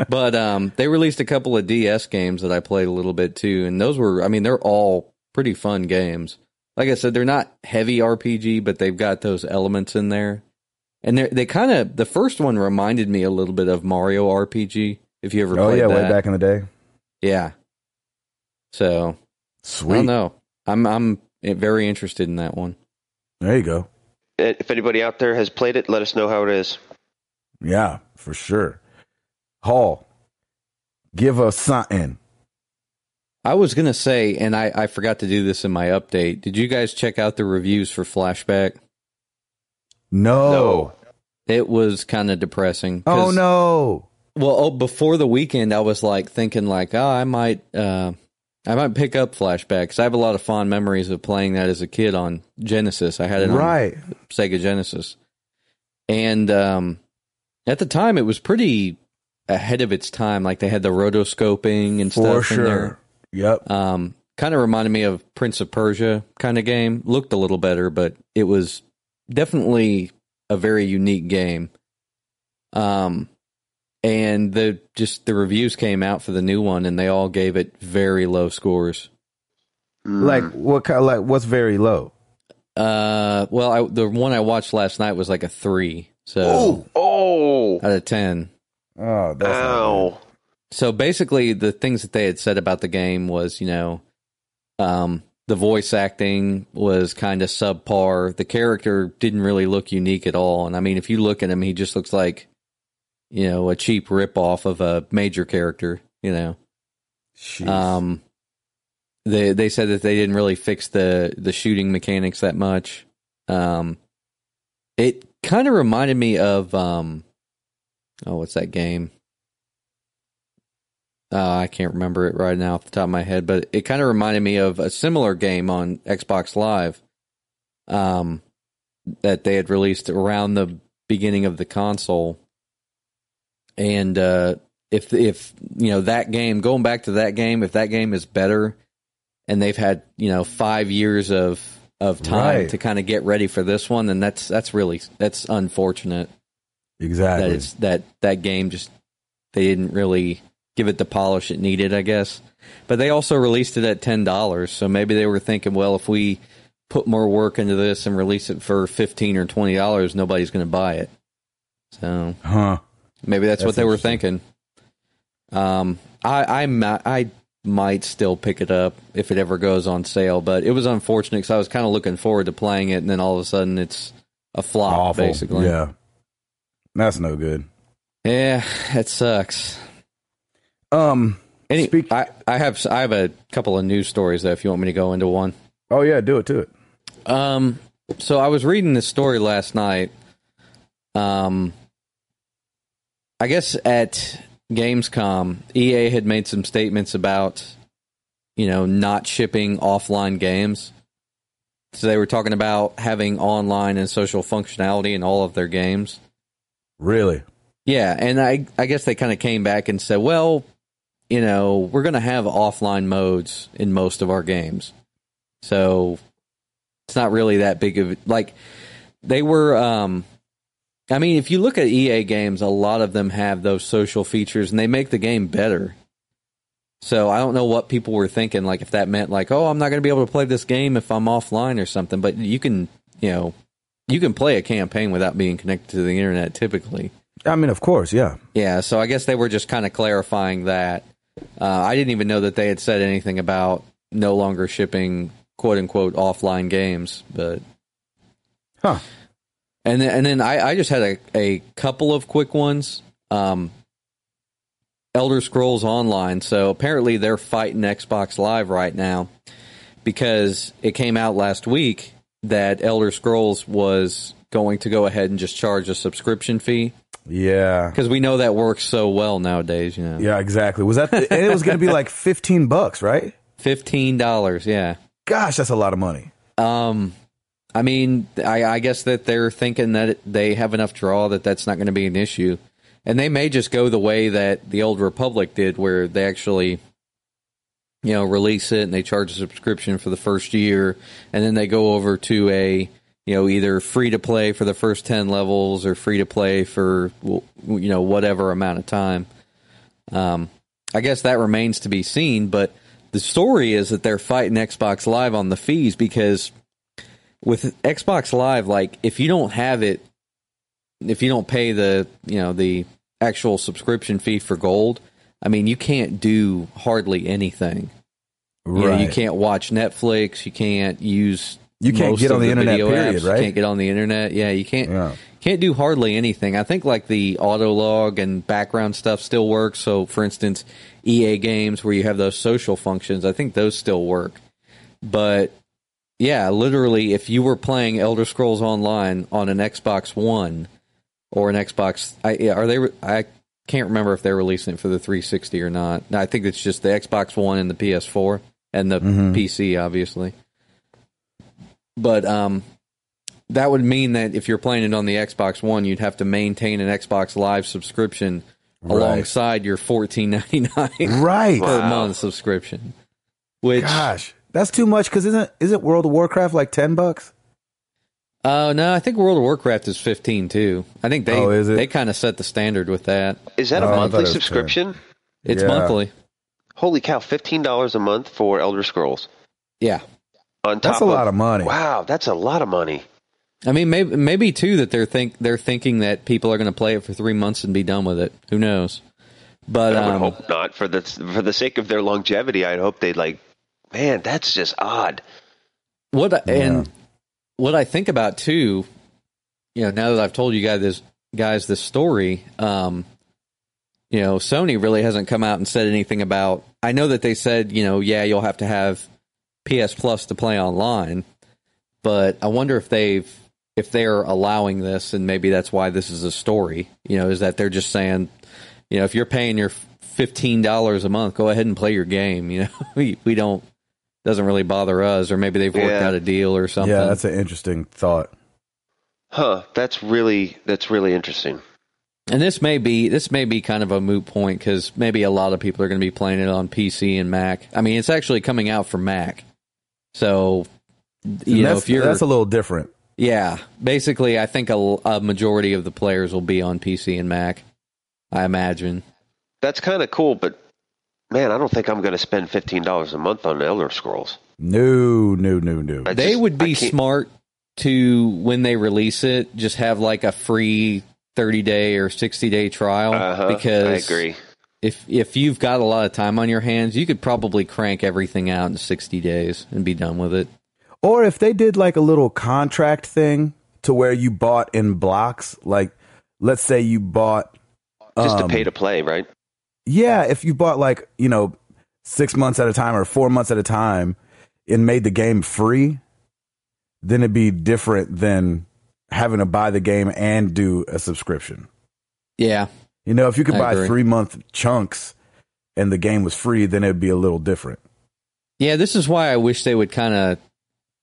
Speaker 3: But um, they released a couple of DS games that I played a little bit too, and those were, I mean, they're all pretty fun games. Like I said, they're not heavy RPG, but they've got those elements in there. And they they kind of the first one reminded me a little bit of Mario RPG. If you ever
Speaker 1: oh
Speaker 3: played
Speaker 1: yeah,
Speaker 3: that,
Speaker 1: way back in the day.
Speaker 3: yeah. So I
Speaker 1: Sweet.
Speaker 3: don't know. I'm I'm eh, very interested in that one.
Speaker 1: There you go.
Speaker 2: And Eh, If anybody out there has played it, let us know how it is.
Speaker 1: Yeah, for sure. Hall, give us something.
Speaker 3: I was gonna say, and I I forgot to do this in my update. Did you guys check out the reviews for Flashback?
Speaker 1: No.
Speaker 2: No.
Speaker 3: It was kind of depressing. 'cause-
Speaker 1: Oh no.
Speaker 3: Well, oh, before the weekend, I was like thinking, like, oh, I might, uh, I might pick up flashbacks. I have a lot of fond memories of playing that as a kid on Genesis. I had it
Speaker 1: Right.
Speaker 3: on Sega Genesis, and um, at the time, it was pretty ahead of its time. Like they had the rotoscoping and
Speaker 1: For
Speaker 3: stuff in there.
Speaker 1: sure. Yep.
Speaker 3: Um, kind of reminded me of Prince of Persia kind of game. Looked a little better, but it was definitely a very unique game. Um, and the just the reviews came out for the new one, and they all gave it very low scores.
Speaker 2: Mm.
Speaker 1: Like what kind like what's very low?
Speaker 3: Uh, well, I, the one I watched last night was like a three, so
Speaker 2: oh,
Speaker 3: out of ten.
Speaker 1: Oh, that's not
Speaker 2: ow.
Speaker 3: so basically the things that they had said about the game was you know um the voice acting was kind of subpar the character didn't really look unique at all and i mean if you look at him he just looks like you know a cheap rip off of a major character you know
Speaker 1: good. Jeez.
Speaker 3: um they they said that they didn't really fix the the shooting mechanics that much um it kind of reminded me of um oh what's that game uh, I can't remember it right now off the top of my head, but it kind of reminded me of a similar game on Xbox Live um, that they had released around the beginning of the console. And uh, if if you know that game, going back to that game, if that game is better, and they've had you know five years of of time
Speaker 1: Right.
Speaker 3: to kind of get ready for this one, then that's that's really that's unfortunate
Speaker 1: exactly.
Speaker 3: that it's that that game just they didn't really give it the polish it needed, I guess. But they also released it at ten dollars, so maybe they were thinking, well, if we put more work into this and release it for fifteen or twenty dollars, nobody's going to buy it. So
Speaker 1: Huh.
Speaker 3: maybe that's, what
Speaker 1: That's
Speaker 3: they were thinking. Um, I I might, I might still pick it up if it ever goes on sale, but it was unfortunate because I was kind of looking forward to playing it, and then all of a sudden it's a flop,
Speaker 1: Awful.
Speaker 3: basically.
Speaker 1: Yeah. That's no good.
Speaker 3: yeah, it sucks.
Speaker 1: Um.
Speaker 3: Any,
Speaker 1: Speak-
Speaker 3: I, I have I have a couple of news stories though. If you want me to go into one,
Speaker 1: Oh yeah, do it to it.
Speaker 3: um, so I was reading this story last night. Um, I guess at Gamescom, EA had made some statements about, you know, not shipping offline games. So they were talking about having online and social functionality in all of their games.
Speaker 1: Really.
Speaker 3: Yeah, and I I guess they kind of came back and said, well, you know, we're going to have offline modes in most of our games. So it's not really that big of like they were um I mean, if you look at EA games, a lot of them have those social features and they make the game better. So I don't know what people were thinking like if that meant like, oh, I'm not going to be able to play this game if I'm offline or something, but you can, you know, you can play a campaign without being connected to the internet typically.
Speaker 1: I mean, of course. Yeah.
Speaker 3: Yeah, so I guess they were just kind of clarifying that. Uh, I didn't even know that they had said anything about no longer shipping "quote unquote" offline games, but
Speaker 1: Huh.
Speaker 3: and then, and then I, I just had a, a couple of quick ones. Um, Elder Scrolls Online. So apparently they're fighting Xbox Live right now because it came out last week that Elder Scrolls was going to go ahead and just charge a subscription fee
Speaker 1: Yeah.
Speaker 3: because we know that works so well nowadays. You know,
Speaker 1: Yeah. Exactly. Was that? The, and it was going to be like fifteen bucks, right?
Speaker 3: fifteen dollars. Yeah.
Speaker 1: Gosh, that's a lot of money.
Speaker 3: Um, I mean, I, I guess that they're thinking that they have enough draw that that's not going to be an issue, and they may just go the way that the old Republic did, where they actually, you know, release it and they charge a subscription for the first year, and then they go over to a you know either free to play for the first 10 levels or free to play for w- you know whatever amount of time um, i guess that remains to be seen but the story is that they're fighting xbox live on the fees because with xbox live like if you don't have it if you don't pay the you know the actual subscription fee for gold i mean you can't do hardly anything you, know, you can't watch Netflix. You can't use.
Speaker 1: You can't
Speaker 3: most
Speaker 1: get
Speaker 3: of
Speaker 1: on the internet,
Speaker 3: video
Speaker 1: period,
Speaker 3: apps,
Speaker 1: right?
Speaker 3: You can't get on the internet. Yeah, you can't.
Speaker 1: Yeah.
Speaker 3: Can't do hardly anything. I think like the auto log and background stuff still works. So, for instance, EA games where you have those social functions, I think those still work. But yeah, literally, if you were playing Elder Scrolls Online on an Xbox One or an Xbox, I, yeah, are they? re- I can't remember if they're releasing it for the 360 or not. No, I think it's just the Xbox One and the PS4 and the PC, obviously. But um, that would mean that if you're playing it on the Xbox One, you'd have to maintain an Xbox Live subscription alongside your 14.99
Speaker 1: Right.
Speaker 3: per
Speaker 2: Wow.
Speaker 3: month subscription. Which
Speaker 1: Gosh, that's too much. Because isn't isn't World of Warcraft like ten bucks?
Speaker 3: Oh no, I think World of Warcraft is fifteen too. I think they
Speaker 1: Oh, is it?
Speaker 3: they kind of set the standard with that.
Speaker 2: Is that
Speaker 1: Oh, I
Speaker 2: a
Speaker 1: thought it
Speaker 2: monthly
Speaker 1: was ten.
Speaker 2: subscription?
Speaker 3: It's
Speaker 1: Yeah.
Speaker 3: monthly.
Speaker 2: Holy cow! Fifteen dollars a month for Elder Scrolls.
Speaker 3: Yeah,
Speaker 2: On top
Speaker 1: That's a lot of money.
Speaker 2: Wow, that's a lot of money.
Speaker 3: I mean maybe maybe too that they're think they're thinking that people are going to play it for three months and be done with it. Who knows? But
Speaker 2: I would
Speaker 3: um,
Speaker 2: hope not for the for the sake of their longevity. I'd hope they'd like. Man, that's just odd.
Speaker 3: what I and what I think about too, you know, now that I've told you guys this guys this story, um, you know, Sony really hasn't come out and said anything about. I know that they said, you know, yeah, you'll have to have PS Plus to play online, but I wonder if they've if they're allowing this, and maybe that's why this is a story. You know, is that they're just saying, you know, if you're paying your fifteen dollars a month, go ahead and play your game. You know, we we don't doesn't really bother us, or maybe they've worked
Speaker 2: Yeah.
Speaker 3: out a deal or something.
Speaker 1: Yeah, that's an interesting thought.
Speaker 2: Huh? That's really that's really interesting.
Speaker 3: and this may be this may be kind of a moot point because maybe a lot of people are going to be playing it on PC and Mac. I mean, it's actually coming out for Mac, so you
Speaker 1: And
Speaker 3: know
Speaker 1: that's,
Speaker 3: if you're
Speaker 1: that's a little different.
Speaker 3: yeah, basically, I think a, a majority of the players will be on PC and Mac. I imagine.
Speaker 2: That's kind of cool, but man, I don't think I'm going to spend fifteen dollars a month on Elder Scrolls.
Speaker 1: No, no, no, no.
Speaker 2: I
Speaker 3: they
Speaker 2: just-
Speaker 3: would
Speaker 2: I
Speaker 3: be
Speaker 2: can't-
Speaker 3: smart to when they release it just have like a free 30 day or 60 day trial
Speaker 2: Uh-huh,
Speaker 3: because
Speaker 2: I agree.
Speaker 3: if if you've got a lot of time on your hands you could probably crank everything out in 60 days and be done with it
Speaker 1: Or if they did like a little contract thing to where you bought in blocks, like let's say you bought
Speaker 2: Just
Speaker 1: um,
Speaker 2: to pay to play, right?
Speaker 1: Yeah, if you bought like, you know, 6 months at a time or 4 months at a time and made the game free, then it'd be different than having to buy the game and do a subscription.
Speaker 3: yeah
Speaker 1: You know, if you could
Speaker 3: I
Speaker 1: buy
Speaker 3: agree.
Speaker 1: 3 month chunks and the game was free, then it'd be a little different.
Speaker 3: yeah this is why i wish they would kind of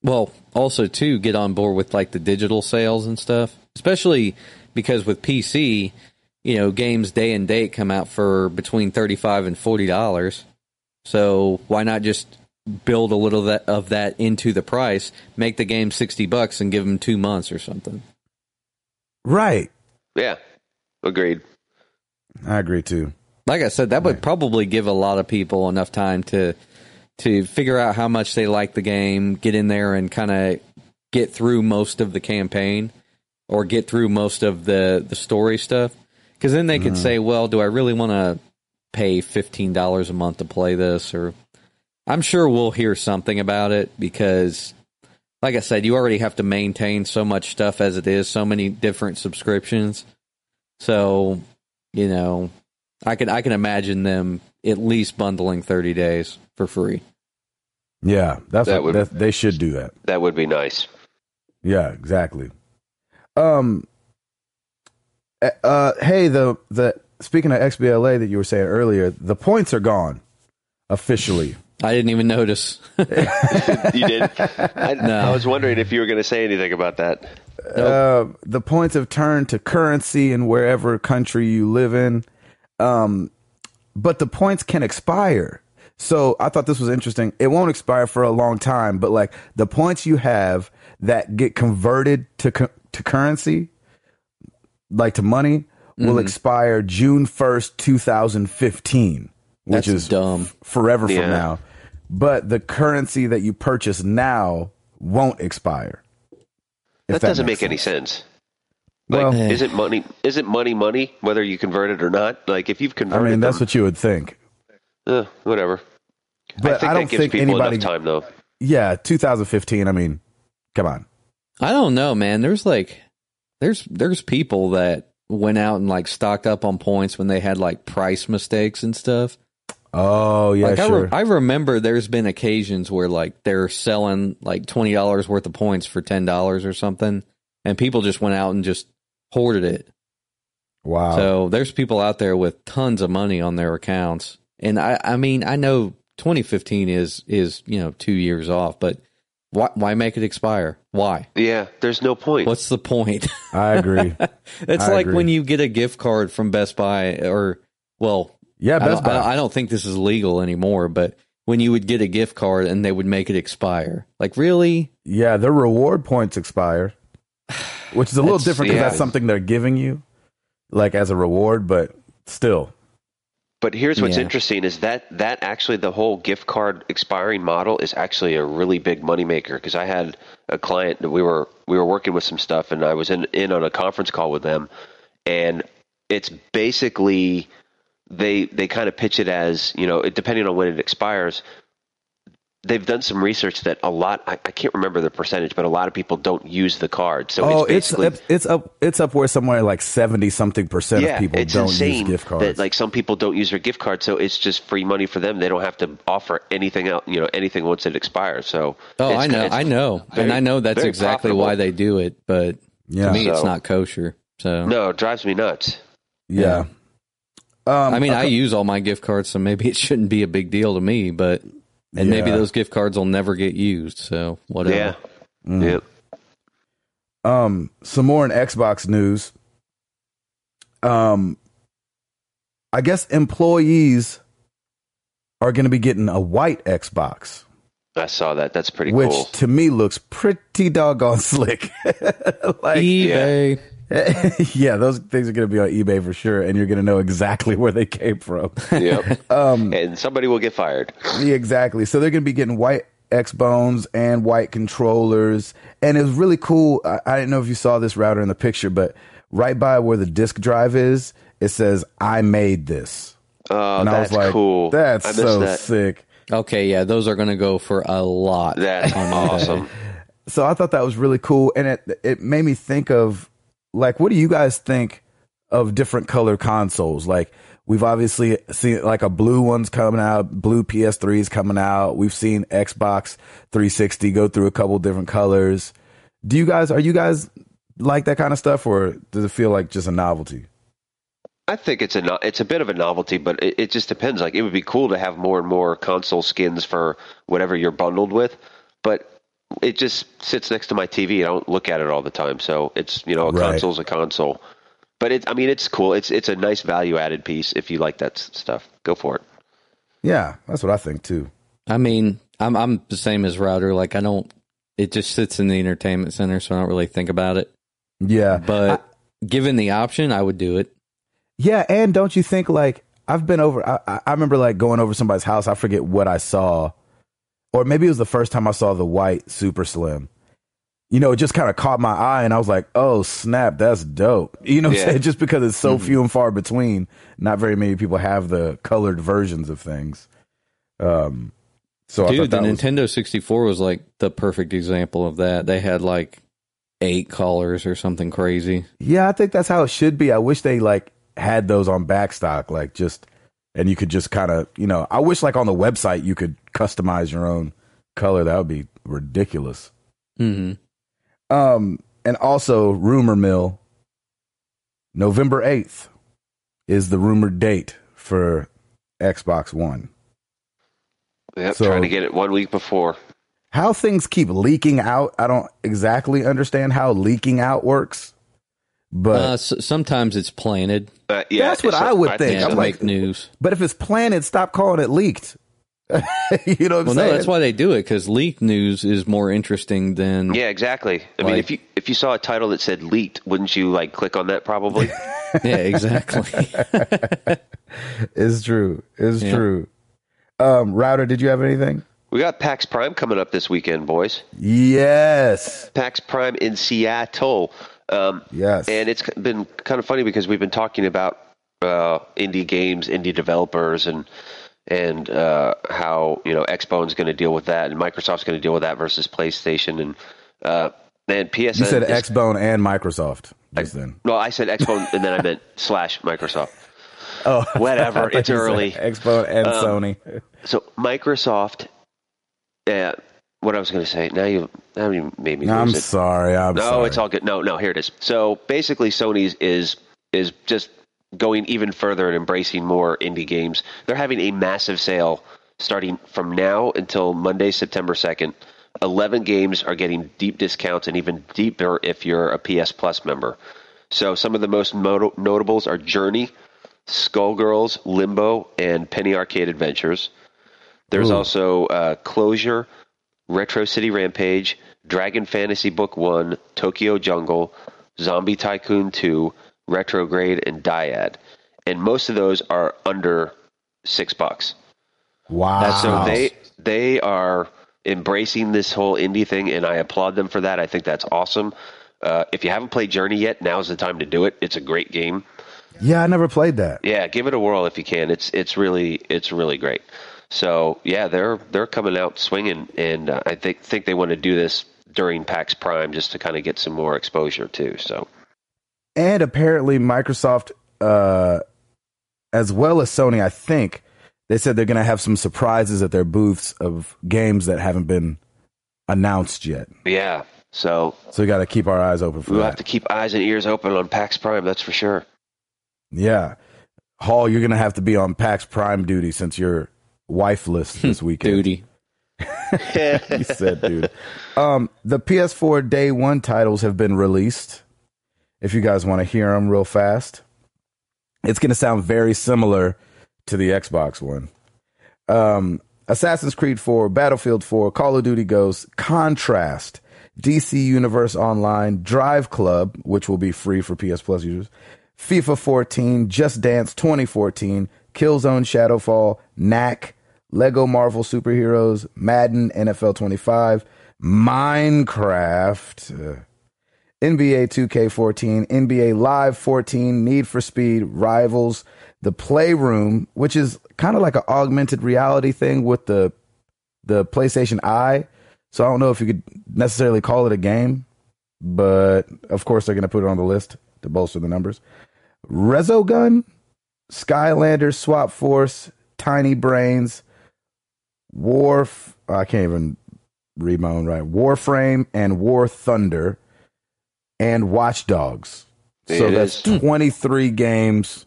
Speaker 3: well also too get on board with like the digital sales and stuff especially because with pc you know games day and date come out for between 35 and 40 dollars so why not just build a little that, of that into the price make the game 60 bucks and give them two months or something
Speaker 1: Right.
Speaker 2: Yeah, agreed.
Speaker 1: I agree too.
Speaker 3: like I said, that would probably give a lot of people enough time to to figure out how much they like the game, get in there and kind of get through most of the campaign or get through most of the the story stuff. Because then they could say, "Well, do I really want to pay fifteen dollars a month to play this?" Or I'm sure we'll hear something about it because, like I said, you already have to maintain so much stuff as it is, so many different subscriptions. So, you know, I can I can imagine them at least bundling thirty days for free.
Speaker 1: Yeah, that's
Speaker 2: That
Speaker 1: what,
Speaker 2: would-
Speaker 1: that, they should do that.
Speaker 2: That would be nice.
Speaker 1: Yeah, exactly. Um. uh, Uh. Hey, the the speaking of XBLA that you were saying earlier, the points are gone officially.
Speaker 3: I didn't even notice.
Speaker 2: You did. I, I was wondering if you were going to say anything about that.
Speaker 1: Uh, the points have turned to currency in wherever country you live in. Um, but the points can expire. So I thought this was interesting. It won't expire for a long time, but like the points you have that get converted to cu- to currency, like to money, will
Speaker 3: Mm-hmm.
Speaker 1: expire June first, two thousand fifteen, which
Speaker 3: That's
Speaker 1: is
Speaker 3: dumb.
Speaker 1: forever
Speaker 2: Yeah.
Speaker 1: from now. But the currency that you purchase now won't expire. If
Speaker 2: That, doesn't make
Speaker 1: makes
Speaker 2: any sense. Like,
Speaker 1: Well,
Speaker 2: isn't money isn't money money whether you convert it or not? Like, if you've
Speaker 1: I
Speaker 2: converted,
Speaker 1: mean, that's
Speaker 2: them,
Speaker 1: what you would think.
Speaker 2: eh, whatever.
Speaker 1: But
Speaker 2: I think
Speaker 1: I
Speaker 2: that
Speaker 1: don't
Speaker 2: gives
Speaker 1: think
Speaker 2: people
Speaker 1: anybody.
Speaker 2: enough time, though.
Speaker 1: Yeah, 2015. I mean, come on.
Speaker 3: I don't know, man. There's like there's there's people that went out and like stocked up on points when they had like price mistakes and stuff.
Speaker 1: Oh yeah,
Speaker 3: Like I,
Speaker 1: sure.
Speaker 3: re- I remember there's been occasions where like they're selling like twenty dollars worth of points for ten dollars or something, and people just went out and just hoarded it.
Speaker 1: wow.
Speaker 3: So there's people out there with tons of money on their accounts, and I, I mean, I know 2015 is is you know two years off, but why why make it expire? Why?
Speaker 2: Yeah, there's no point.
Speaker 3: What's the point?
Speaker 1: I agree.
Speaker 3: it's
Speaker 1: I
Speaker 3: like
Speaker 1: agree.
Speaker 3: when you get a gift card from Best Buy, or well,
Speaker 1: Yeah,
Speaker 3: I
Speaker 1: Best
Speaker 3: don't, I don't-
Speaker 1: Buy.
Speaker 3: I don't think this is legal anymore, but when you would get a gift card and they would make it expire, like really?
Speaker 1: Yeah, their reward points expire, which is a little
Speaker 3: That's-
Speaker 1: different because
Speaker 2: yeah.
Speaker 1: that's something they're giving you, like as a reward. But still,
Speaker 2: But here's what's
Speaker 3: Yeah.
Speaker 2: interesting is that that actually the whole gift card expiring model is actually a really big moneymaker because I had a client that we were we were working with some stuff and I was in in on a conference call with them and it's basically they they kind of pitch it as, you know, it, depending on when it expires, they've done some research that a lot I, I can't remember the percentage, but a lot of people don't use the card. So
Speaker 1: oh,
Speaker 2: it's
Speaker 1: it's
Speaker 2: basically
Speaker 1: it's, it's up it's up where somewhere like seventy something percent of people
Speaker 2: it's
Speaker 1: don't
Speaker 2: insane
Speaker 1: use gift cards.
Speaker 2: That, like some people don't use their gift card, so it's just free money for them. They don't have to offer anything out, you know, anything once it expires. So
Speaker 3: Oh,
Speaker 2: it's-
Speaker 3: I know,
Speaker 2: it's-
Speaker 3: I know,
Speaker 2: very-
Speaker 3: and I know that's
Speaker 2: very
Speaker 3: exactly
Speaker 2: profitable.
Speaker 3: why they do it, but
Speaker 1: yeah,
Speaker 3: to me, it's
Speaker 2: So-
Speaker 3: not kosher. So
Speaker 2: No, it drives me nuts.
Speaker 1: yeah. Um,
Speaker 3: I mean, I
Speaker 1: okay.
Speaker 3: use all my gift cards, so maybe it shouldn't be a big deal to me. But and maybe
Speaker 1: Yeah.
Speaker 3: those gift cards will never get used. So whatever.
Speaker 2: Yeah,
Speaker 1: Mm.
Speaker 2: yeah.
Speaker 1: Um, some more in Xbox news. Um, I guess employees are going to be getting a white Xbox,
Speaker 2: I saw that. That's pretty
Speaker 1: which
Speaker 2: cool. E
Speaker 1: to me looks pretty doggone slick. like,
Speaker 3: eBay. E-
Speaker 1: yeah, those things are going to be on eBay for sure, and you're going to know exactly where they came from.
Speaker 2: Yep. um, and somebody will get fired.
Speaker 1: Yeah, exactly. So they're going to be getting white X bones and white controllers, and it was really cool. I, I didn't know if you saw this router in the picture, but right by where the disk drive is, it says "I made this."
Speaker 2: Oh, that's cool. I
Speaker 1: That's
Speaker 2: missed
Speaker 1: so
Speaker 2: that.
Speaker 1: sick.
Speaker 3: Okay, yeah, those are going to go for a lot.
Speaker 2: That's awesome.
Speaker 1: So I thought that was really cool, and it it made me think of like, what do you guys think of different color consoles? Like we've obviously seen like a blue one's coming out, blue PS3 is coming out. We've seen Xbox 360 go through a couple different colors. Do you guys are you guys like that kind of stuff, or does it feel like just a novelty?
Speaker 2: I think it's a no- it's a bit of a novelty, but it, it just depends. Like it would be cool to have more and more console skins for whatever you're bundled with, but it just sits next to my TV. I don't look at it all the time, so it's you know a
Speaker 1: Right.
Speaker 2: console's a console. But it's I mean it's cool. It's it's a nice value added piece if you like that s- stuff. Go for it.
Speaker 1: Yeah, that's what I think too.
Speaker 3: I mean, I'm I'm the same as Router. Like, I don't. It just sits in the entertainment center, so I don't really think about it.
Speaker 1: Yeah,
Speaker 3: But given the option, I would do it.
Speaker 1: Yeah, and don't you think like I've been over? I- I, I remember like going over somebody's house. I forget what I saw, or maybe it was the first time I saw the white super slim. You know, it just kind of caught my eye, and I was like, "Oh snap, that's dope!" You know, what I'm
Speaker 2: Yeah.
Speaker 1: saying? just because it's so few and far between, not very many people have the colored versions of things. Um, so I
Speaker 3: Dude,
Speaker 1: thought
Speaker 3: the
Speaker 1: that was,
Speaker 3: Nintendo 64 was like the perfect example of that. They had like eight colors or something crazy.
Speaker 1: yeah, I think that's how it should be. I wish they like had those on backstock, like just and you could just kind of, you know, I wish like on the website you could customize your own color. That would be ridiculous. Mm-hmm.
Speaker 3: hmm
Speaker 1: Um, and also rumor mill. November eighth is the rumored date for Xbox One.
Speaker 2: Yep,
Speaker 1: So-
Speaker 2: trying to get it one week before.
Speaker 1: How things keep leaking out, I don't exactly understand how leaking out works, but
Speaker 3: uh, s sometimes it's planted
Speaker 2: Uh, yeah,
Speaker 1: That's what
Speaker 2: it's-
Speaker 1: I would think.
Speaker 3: yeah,
Speaker 1: I'm
Speaker 3: to
Speaker 2: so.
Speaker 1: like-
Speaker 3: make news.
Speaker 1: But if it's planted, stop calling it leaked. you know what I'm saying?
Speaker 3: Well, no, that's why they do it because leak news is more interesting than
Speaker 2: yeah, exactly. I mean,
Speaker 3: Like-
Speaker 2: if you if you saw a title that said leaked, wouldn't you like click on that probably?
Speaker 3: Yeah, exactly.
Speaker 1: It's true. It's
Speaker 3: Yeah.
Speaker 1: true. Um, router, did you have anything?
Speaker 2: we got PAX Prime coming up this weekend, boys.
Speaker 1: Yes.
Speaker 2: PAX Prime in Seattle. Um,
Speaker 1: Yes.
Speaker 2: And it's been kind of funny because we've been talking about uh, indie games, indie developers, and and uh, how you know Xbone's going to deal with that, and Microsoft's going to deal with that versus PlayStation, and uh, and PSN.
Speaker 1: you said
Speaker 2: is-
Speaker 1: Xbone and Microsoft just then.
Speaker 2: Well, I said Xbone, and then I meant slash Microsoft. Oh, whatever. It's early.
Speaker 1: Xbone and
Speaker 2: Um,
Speaker 1: Sony.
Speaker 2: So Microsoft. Uh, what I was going to say. Now you. Now you made me.
Speaker 1: I'm
Speaker 2: lose it.
Speaker 1: sorry. I'm
Speaker 2: no,
Speaker 1: sorry.
Speaker 2: it's all good. No, no, here it is. So basically, Sony's is is just going even further and embracing more indie games. They're having a massive sale starting from now until Monday, September second. Eleven games are getting deep discounts and even deeper if you're a PS Plus member. So some of the most not- notables are Journey, Skullgirls, Limbo, and Penny Arcade Adventures. There's
Speaker 1: Ooh.
Speaker 2: also uh, Closure, Retro City Rampage, Dragon Fantasy Book 1, Tokyo Jungle, Zombie Tycoon 2, Retrograde, and Dyad. And most of those are under six bucks.
Speaker 1: wow.
Speaker 2: So they they are embracing this whole indie thing, and I applaud them for that. I think that's awesome. Uh, if you haven't played Journey yet, now's the time to do it. It's a great game.
Speaker 1: yeah, I never played that.
Speaker 2: Yeah, give it a whirl if you can. It's it's really it's really great. So yeah, they're they're coming out swinging, and uh, I think think they want to do this during PAX Prime just to kind of get some more exposure too. So
Speaker 1: And apparently Microsoft uh as well as Sony, I think, they said they're gonna have some surprises at their booths of games that haven't been announced yet.
Speaker 2: yeah, so
Speaker 1: So we gotta keep our eyes open for
Speaker 2: we'll
Speaker 1: that.
Speaker 2: have to keep eyes and ears open on PAX Prime. That's for sure.
Speaker 1: Yeah. Hall, you're going to have to be on PAX Prime duty since you're wifeless this weekend.
Speaker 3: Duty.
Speaker 1: you said dude. Um, the PS4 day one titles have been released. If you guys want to hear them real fast, it's going to sound very similar to the Xbox one. Um, Assassin's Creed 4, Battlefield 4, Call of Duty Ghosts, Contrast, DC Universe Online, Drive Club, which will be free for PS Plus users, FIFA 14, Just Dance 2014, Killzone Shadowfall, Knack, Lego Marvel Superheroes, Madden NFL 25, Minecraft, uh, NBA 2K14, NBA Live 14, Need for Speed, Rivals, The Playroom, which is kind of like an augmented reality thing with the the PlayStation Eye. So I don't know if you could necessarily call it a game, but of course they're going to put it on the list to bolster the numbers. Rezogun, Skylander, Swap Force, Tiny Brains, Warf. I can't even read my own right. Warframe and War Thunder, and Watch Dogs. So
Speaker 2: It
Speaker 1: that's
Speaker 2: is.
Speaker 1: 23 games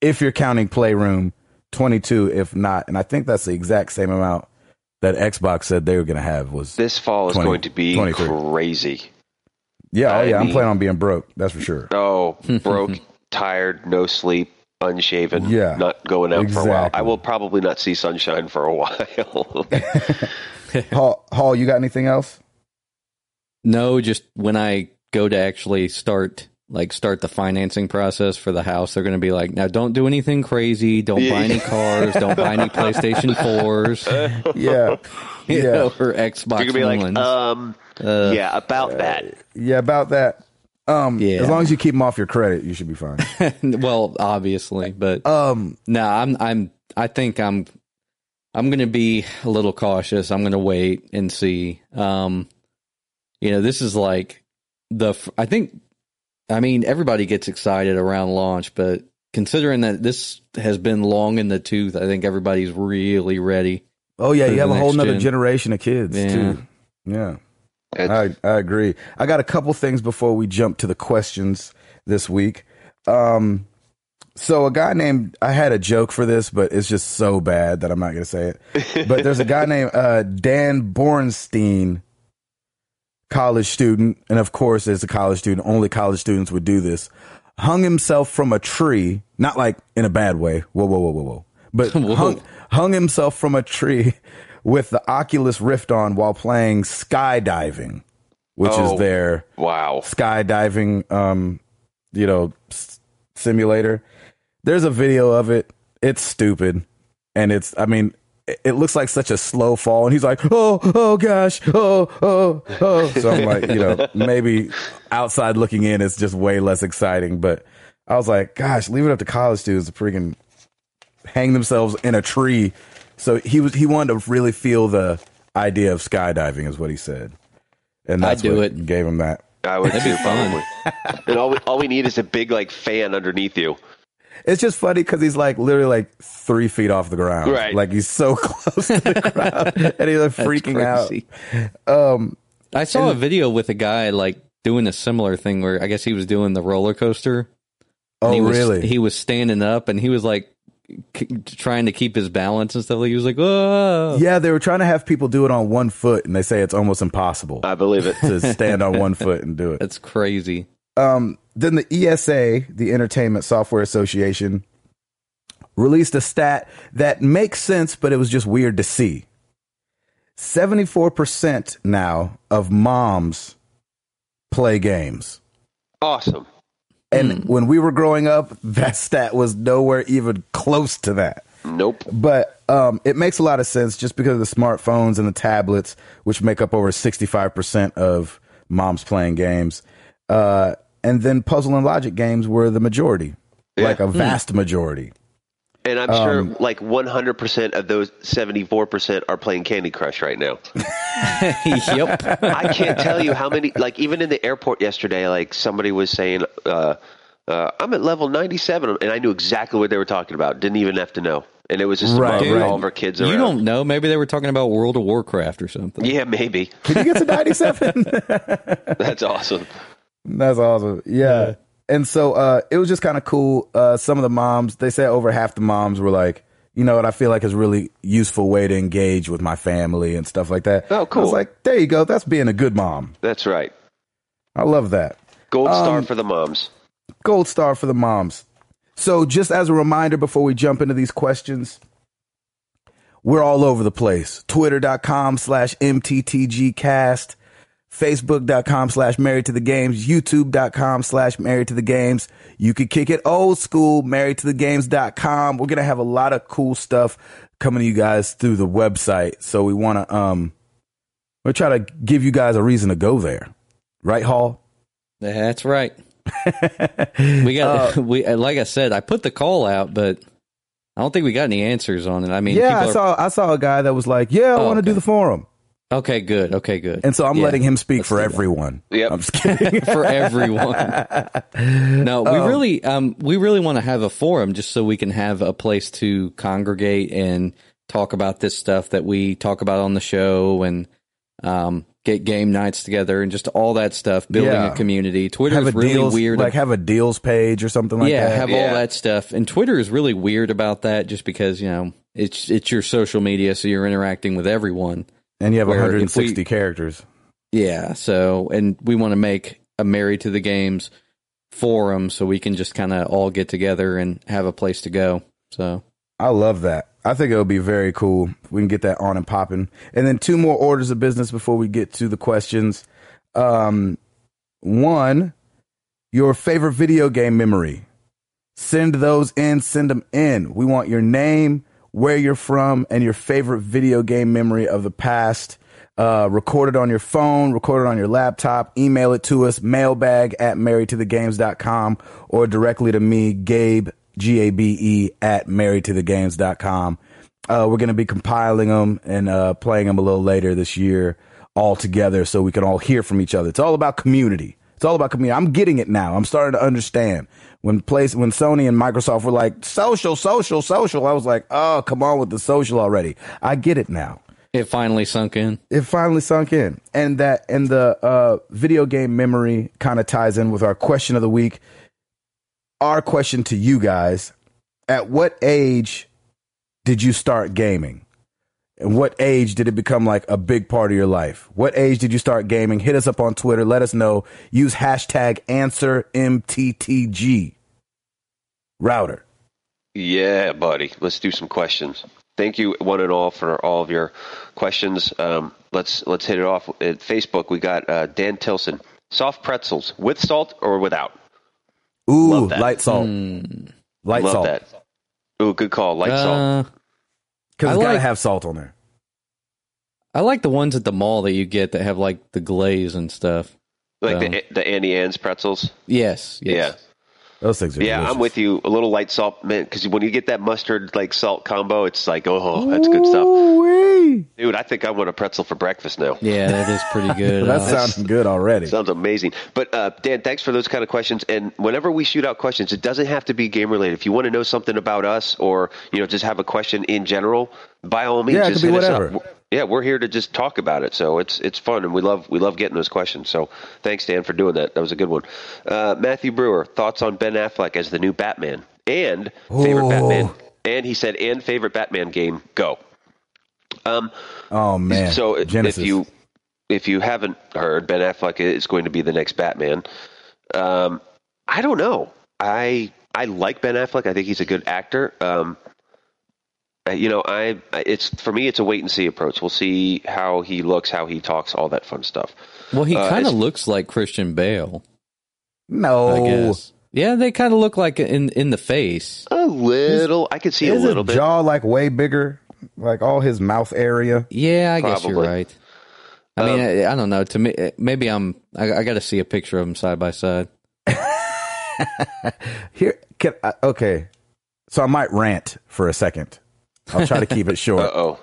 Speaker 1: if you're counting Playroom, 22 if not. And I think that's the exact same amount that Xbox said they were going to have was
Speaker 2: This fall is
Speaker 1: 20
Speaker 2: going to be
Speaker 1: 23.
Speaker 2: crazy.
Speaker 1: Yeah, oh
Speaker 2: I
Speaker 1: yeah, I'm
Speaker 2: mean-
Speaker 1: planning on being broke. That's for sure.
Speaker 2: Oh, broke, tired, no sleep, unshaven,
Speaker 1: Yeah,
Speaker 2: not going out for a while.
Speaker 1: exactly.
Speaker 2: I will probably not see sunshine for a while.
Speaker 1: Hall, Hall, you got anything else?
Speaker 3: No, just when I go to actually start like start the financing process for the house, they're going to be like, "Now don't do anything crazy. Don't buy any cars. Don't buy any PlayStation 4s,
Speaker 1: Yeah,
Speaker 3: you
Speaker 1: Yeah.
Speaker 3: know, or Xbox
Speaker 2: You're gonna be like,
Speaker 3: Ones."
Speaker 2: um,
Speaker 3: Uh,
Speaker 2: yeah, about that.
Speaker 1: yeah. About that. Um,
Speaker 3: Yeah.
Speaker 1: as long as you keep them off your credit, you should be fine.
Speaker 3: well, obviously, but
Speaker 1: Um,
Speaker 3: no, I'm I'm I think I'm I'm going to be a little cautious. I'm going to wait and see. Um you know, this is like the f- I think I mean everybody gets excited around launch, but considering that this has been long in the tooth, I think everybody's really ready.
Speaker 1: oh yeah,
Speaker 3: For
Speaker 1: you
Speaker 3: the
Speaker 1: have a whole
Speaker 3: next
Speaker 1: nother
Speaker 3: gen.
Speaker 1: generation of kids
Speaker 3: Yeah.
Speaker 1: too. Yeah,
Speaker 2: It's-
Speaker 1: I I agree. I got a couple things before we jump to the questions this week. Um, so a guy named I had a joke for this, but it's just so bad that I'm not going to say it. But there's a guy named uh, Dan Bornstein, college student, and of course, as a college student, only college students would do this. Hung himself from a tree, not like in a bad way. Whoa, whoa, whoa, whoa, whoa! But
Speaker 3: Whoa.
Speaker 1: hung hung himself from a tree with the Oculus Rift on while playing skydiving, which
Speaker 2: Oh.
Speaker 1: is their
Speaker 2: wow.
Speaker 1: skydiving um you know s- simulator there's a video of it it's stupid and it's i mean it- it looks like such a slow fall and he's like oh oh gosh oh oh oh so i'm like you know maybe outside looking in it's just way less exciting but i was like gosh leave it up to college students to freaking hang themselves in a tree so he was he wanted to really feel the idea of skydiving is what he said and
Speaker 3: I'd
Speaker 1: that's
Speaker 3: do
Speaker 1: what
Speaker 3: it.
Speaker 1: gave him that
Speaker 2: I would
Speaker 3: That'd
Speaker 2: too,
Speaker 3: be fun.
Speaker 2: probably. and all we, all we need is a big like fan underneath you.
Speaker 1: It's just funny because he's like literally like three feet off the ground.
Speaker 2: Right.
Speaker 1: Like he's so close to the ground and he's like freaking
Speaker 3: crazy.
Speaker 1: out. Um,
Speaker 3: I saw a video with a guy like doing a similar thing where I guess he was doing the roller coaster
Speaker 1: oh,
Speaker 3: And he was,
Speaker 1: really?
Speaker 3: He was standing up and he was like k- trying to keep his balance and stuff. Like he was like, "Whoa!"
Speaker 1: yeah, they were trying to have people do it on one foot and they say it's almost impossible
Speaker 2: I believe it.
Speaker 1: to stand on one foot and do it.
Speaker 3: That's crazy.
Speaker 1: Um, then the ESA, the Entertainment Software Association, released a stat that makes sense, but it was just weird to see. 74% now of moms play games.
Speaker 2: Awesome.
Speaker 1: And when we were growing up, that stat was nowhere even close to that.
Speaker 2: Nope.
Speaker 1: But um, it makes a lot of sense just because of the smartphones and the tablets, which make up over 65% of moms playing games. Uh, and then puzzle and logic games were the majority,
Speaker 2: Yeah.
Speaker 1: like a vast majority.
Speaker 2: And I'm
Speaker 3: Um,
Speaker 2: sure like 100% of those 74% are playing Candy Crush right now.
Speaker 3: yep.
Speaker 2: I can't tell you how many. Like even in the airport yesterday, like somebody was saying, uh, uh, "I'm at level 97," and I knew exactly what they were talking about. Didn't even have to know. And it was just
Speaker 1: Right,
Speaker 2: about
Speaker 1: Dude,
Speaker 2: all of our kids around.
Speaker 3: You don't know. Maybe they were talking about World of Warcraft or something.
Speaker 2: yeah, maybe.
Speaker 1: Did you get to 97?
Speaker 2: That's awesome.
Speaker 1: That's awesome. Yeah. And so uh, it was just kind of cool. Uh, some of the moms, they said over half the moms were like, you know what, I feel like is a really useful way to engage with my family and stuff like that.
Speaker 2: Oh,
Speaker 1: I was
Speaker 2: cool.
Speaker 1: like, there you go. That's being a good mom.
Speaker 2: That's right.
Speaker 1: I love that.
Speaker 2: Gold star
Speaker 1: Um,
Speaker 2: for the moms.
Speaker 1: Gold star for the moms. So just as a reminder before we jump into these questions, we're all over the place. Twitter.com slash MTTGcast, facebook.com slash married to the games youtube.com slash married to the games you can kick it old school married to the games.com we're gonna have a lot of cool stuff coming to you guys through the website so we want to um we're trying to give you guys a reason to go there right hall
Speaker 3: That's right. we got
Speaker 1: Uh,
Speaker 3: we uh, like I said, I put the call out, but I don't think we got any answers on it. I mean,
Speaker 1: yeah
Speaker 3: people
Speaker 1: i
Speaker 3: are-
Speaker 1: saw i saw a guy that was like yeah i
Speaker 3: Oh,
Speaker 1: want to do
Speaker 3: okay.
Speaker 1: the forum
Speaker 3: okay, good, okay, good.
Speaker 1: and so i'm
Speaker 3: Yeah,
Speaker 1: letting him speak
Speaker 3: let's
Speaker 1: for
Speaker 3: do that.
Speaker 1: everyone
Speaker 2: Yep.
Speaker 1: i'm just kidding
Speaker 3: for everyone. No, we
Speaker 1: Um,
Speaker 3: really um we really want to have a forum just so we can have a place to congregate and talk about this stuff that we talk about on the show and um get game nights together and just all that stuff building
Speaker 1: Yeah.
Speaker 3: a community. Twitter
Speaker 1: have a
Speaker 3: is really
Speaker 1: deals
Speaker 3: weird
Speaker 1: like have a deals page or something like
Speaker 3: yeah,
Speaker 1: that
Speaker 3: have
Speaker 2: Yeah.
Speaker 3: all that stuff. And Twitter is really weird about that, just because you know it's it's your social media, so you're interacting with everyone.
Speaker 1: and you have
Speaker 3: where if we-
Speaker 1: 160 characters
Speaker 3: Yeah. So, and we want to make a married to the games forum so we can just kind of all get together and have a place to go. So,
Speaker 1: I love that. I think it would be very cool. We can get that on and popping. And then two more orders of business before we get to the questions. Um, one, your favorite video game memory. Send those in, send them in. We want your name, where you're from, and your favorite video game memory of the past. Uh, record it on your phone, record it on your laptop, email it to us, mailbag at marriedtothegames.com or directly to me, Gabe, G A B E, at marriedtothegames.com. Uh, we're going to be compiling them and uh, playing them a little later this year all together so we can all hear from each other. It's all about community. It's all about community. I'm getting it now. I'm starting to understand when place when Sony and Microsoft were like social, social, social. I was like, oh, come on with the social already. I get it now.
Speaker 3: it finally sunk in.
Speaker 1: It finally sunk in, and that and the uh, video game memory kind of ties in with our question of the week. Our question to you guys: At what age did you start gaming? And what age did it become like a big part of your life? What age did you start gaming? Hit us up on Twitter. Let us know. Use hashtag answer MTTG. Router.
Speaker 2: Yeah, buddy. Let's do some questions. Thank you, one and all, for all of your questions. Um, let's let's hit it off at Facebook. We got uh, Dan Tilson. Soft pretzels with salt or without?
Speaker 1: Ooh,
Speaker 2: Love that. Mm.
Speaker 1: light salt.
Speaker 3: Hmm,
Speaker 1: Light
Speaker 2: Love
Speaker 1: salt.
Speaker 2: that. Ooh, good call. Light salt.
Speaker 3: Uh,
Speaker 1: Because
Speaker 3: I
Speaker 1: it's got to
Speaker 3: like-
Speaker 1: have salt on there.
Speaker 3: I like the ones at the mall that you get that have like the glaze and stuff.
Speaker 2: Like
Speaker 1: uh,
Speaker 2: the the Annie Ann's pretzels.
Speaker 3: Yes. yes.
Speaker 1: Those things are
Speaker 2: Yeah, yeah.
Speaker 1: delicious.
Speaker 2: I'm with you. A little light salt, man, because when you get that mustard like salt combo, it's like, oh, that's good stuff,
Speaker 1: Ooh-wee.
Speaker 2: dude. I think I want a pretzel for breakfast now.
Speaker 3: Yeah. that is pretty good.
Speaker 1: That
Speaker 3: Uh,
Speaker 1: sounds good already.
Speaker 2: Sounds amazing. But uh, Dan, thanks for those kind of questions. And whenever we shoot out questions, it doesn't have to be game related. If you want to know something about us, or you know, just have a question in general, by all means,
Speaker 1: Yeah, it
Speaker 2: just
Speaker 1: could be
Speaker 2: hit us
Speaker 1: whatever.
Speaker 2: up. Yeah, we're here to just talk about it, so it's it's fun, and we love we love getting those questions. So thanks, Dan, for doing that. That was a good one. Uh, Matthew Brewer, thoughts on Ben Affleck as the new Batman and favorite
Speaker 1: Ooh.
Speaker 2: Batman? And he said, and favorite Batman game, go. Um,
Speaker 1: oh man.
Speaker 2: so i-
Speaker 1: Genesis.
Speaker 2: if you if you haven't heard, Ben Affleck is going to be the next Batman. Um, I don't know. I I like Ben Affleck. I think he's a good actor. Um, uh, you know, I I- it's for me, it's a wait and see approach. We'll see how he looks, how he talks, all that fun stuff.
Speaker 3: well, he
Speaker 2: uh,
Speaker 3: kind
Speaker 2: it's-
Speaker 3: of
Speaker 2: Oh.
Speaker 3: looks like Christian Bale. I
Speaker 1: no.
Speaker 3: guess. Yeah, they kind of look like in in the face.
Speaker 2: A little, I could see a
Speaker 1: Is
Speaker 2: little
Speaker 1: his
Speaker 2: bit.
Speaker 1: jaw like way bigger? Like all his mouth area.
Speaker 3: Yeah, I guess you're
Speaker 2: Probably.
Speaker 3: right. I mean, I, I don't know. To me, eh, maybe I'm. I, I got to see a picture of them side by side.
Speaker 1: Here can I, okay. So I might rant for a second. I'll try to keep it short.
Speaker 2: Uh oh.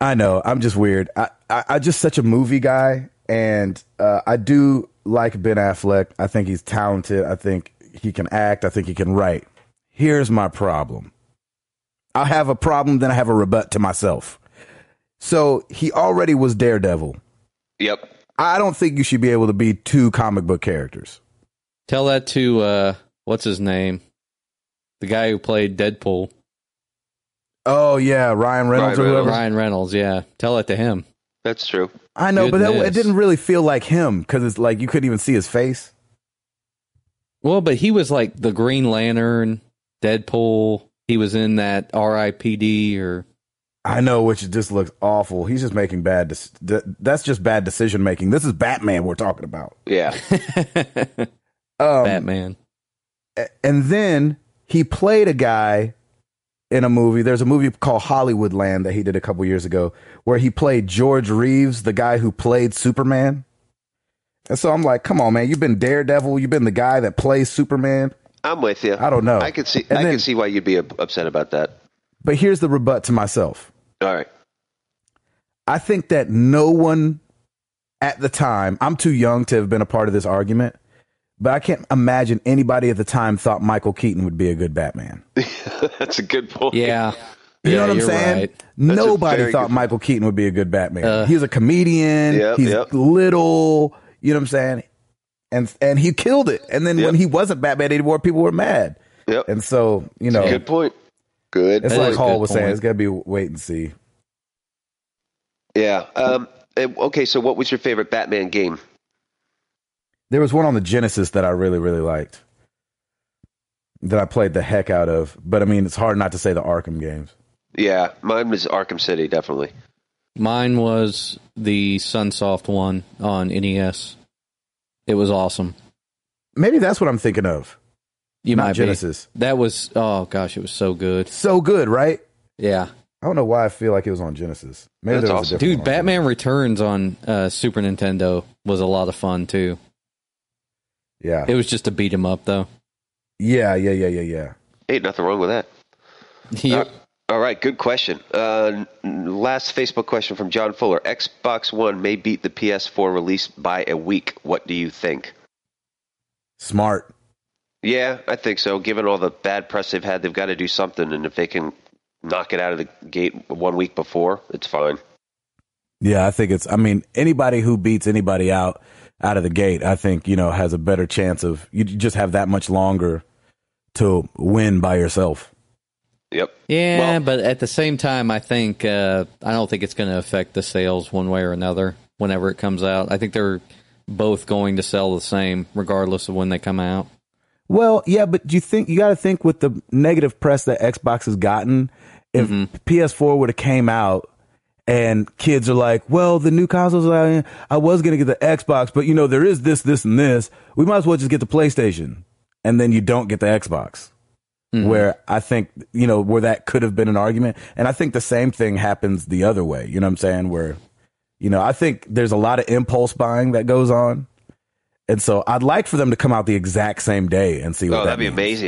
Speaker 1: I know. I'm just weird. I, I, I just such a movie guy, and uh, I do like Ben Affleck. I think he's talented. I think he can act. I think he can write. Here's my problem. I have a problem, then I have a rebut to myself. So he already was Daredevil.
Speaker 2: Yep.
Speaker 1: I don't think you should be able to be two comic book characters.
Speaker 3: Tell that to uh, what's his name, the guy who played Deadpool,
Speaker 1: Oh yeah, Ryan Reynolds
Speaker 2: Ryan
Speaker 1: or whoever.
Speaker 2: Reynolds.
Speaker 3: Ryan Reynolds. Yeah, tell that to him.
Speaker 2: That's true.
Speaker 1: I know, but that, it
Speaker 3: Goodness.
Speaker 1: didn't really feel like him because it's like you couldn't even see his face.
Speaker 3: Well, but he was like the Green Lantern, Deadpool. He was in that R.I.P.D. or
Speaker 1: I know, which just looks awful. He's just making bad. Dec- that's just bad decision making. This is Batman we're talking about.
Speaker 2: Yeah.
Speaker 1: Um,
Speaker 3: Batman.
Speaker 1: a- and then he played a guy in a movie. There's a movie called Hollywood Land that he did a couple years ago where he played George Reeves, the guy who played Superman. And so I'm like, come on, man, you've been Daredevil, you've been the guy that plays Superman.
Speaker 2: I'm with you.
Speaker 1: I don't know.
Speaker 2: I could see.
Speaker 1: And
Speaker 2: I
Speaker 1: then-
Speaker 2: could see why you'd be up- upset about that.
Speaker 1: But here's the rebut to myself.
Speaker 2: All right.
Speaker 1: I think that no one at the time, I'm too young to have been a part of this argument, but I can't imagine anybody at the time thought Michael Keaton would be a good Batman.
Speaker 2: That's a good point.
Speaker 3: Yeah.
Speaker 1: You know what I'm
Speaker 3: you're
Speaker 1: saying?
Speaker 3: right.
Speaker 2: That's a
Speaker 1: Nobody
Speaker 2: very
Speaker 1: thought
Speaker 2: good-
Speaker 1: Michael Keaton would be a good Batman.
Speaker 3: Uh,
Speaker 1: he's a comedian.
Speaker 2: Yep,
Speaker 1: he's
Speaker 2: yep.
Speaker 1: little. You know what I'm saying? And and he killed it. And then when
Speaker 2: Yep.
Speaker 1: he wasn't Batman anymore, people were mad.
Speaker 2: Yep.
Speaker 1: And so you know,
Speaker 2: Good point. Good.
Speaker 1: it's
Speaker 3: That
Speaker 1: like
Speaker 3: is a
Speaker 1: Hall
Speaker 3: good
Speaker 1: was saying,
Speaker 3: point.
Speaker 1: it's gotta be wait and see.
Speaker 2: Yeah. Um, and- okay. So, what was your favorite Batman game?
Speaker 1: There was one on the Genesis that I really really liked that I played the heck out of. But I mean, it's hard not to say the Arkham games.
Speaker 2: Yeah, mine was Arkham City, definitely.
Speaker 3: Mine was the Sunsoft one on NES. It was awesome.
Speaker 1: Maybe that's what I'm thinking of.
Speaker 3: You
Speaker 1: not
Speaker 3: might
Speaker 1: Genesis.
Speaker 3: be. That was oh gosh, it was so good.
Speaker 1: So good, right?
Speaker 3: Yeah.
Speaker 1: I don't know why I feel like it was on Genesis. Maybe
Speaker 2: That's
Speaker 1: there was
Speaker 2: awesome.
Speaker 1: a different
Speaker 3: Dude,
Speaker 1: one on Genesis.
Speaker 3: Batman Returns on uh, Super Nintendo was a lot of fun too.
Speaker 1: Yeah.
Speaker 3: It was just a beat 'em up though.
Speaker 1: Yeah, yeah, yeah, yeah, yeah.
Speaker 2: Ain't nothing wrong with that.
Speaker 1: Uh,
Speaker 3: Yep.
Speaker 2: All right, good question. Uh, n- last Facebook question from John Fuller: Xbox One may beat the PS4 release by a week. What do you think?
Speaker 1: Smart.
Speaker 2: Yeah, I think so. Given all the bad press they've had, they've got to do something, and if they can knock it out of the gate one week before, it's fine.
Speaker 1: Yeah, I think it's. I mean, anybody who beats anybody out out of the gate, I think you know has a better chance of. You just have that much longer to win by yourself.
Speaker 2: Yep.
Speaker 3: Yeah,
Speaker 2: Well-
Speaker 3: but at the same time, I think uh, I don't think it's going to affect the sales one way or another. Whenever it comes out, I think they're both going to sell the same, regardless of when they come out.
Speaker 1: Well, yeah, but you think you got to think with the negative press that Xbox has gotten, if PS4 would have came out and kids are like, "Well, the new consoles, I, I was gonna get the Xbox, but you know there is this, this, and this. We might as well just get the PlayStation," and then you don't get the Xbox.
Speaker 2: Mm-hmm.
Speaker 1: Where I think you know where that could have been an argument, and I think the same thing happens the other way. You know what I'm saying? Where you know I think there's a lot of impulse buying that goes on. And so I'd like for them to come out the exact same day and see what
Speaker 2: Oh,
Speaker 1: that
Speaker 2: that'd be
Speaker 1: means.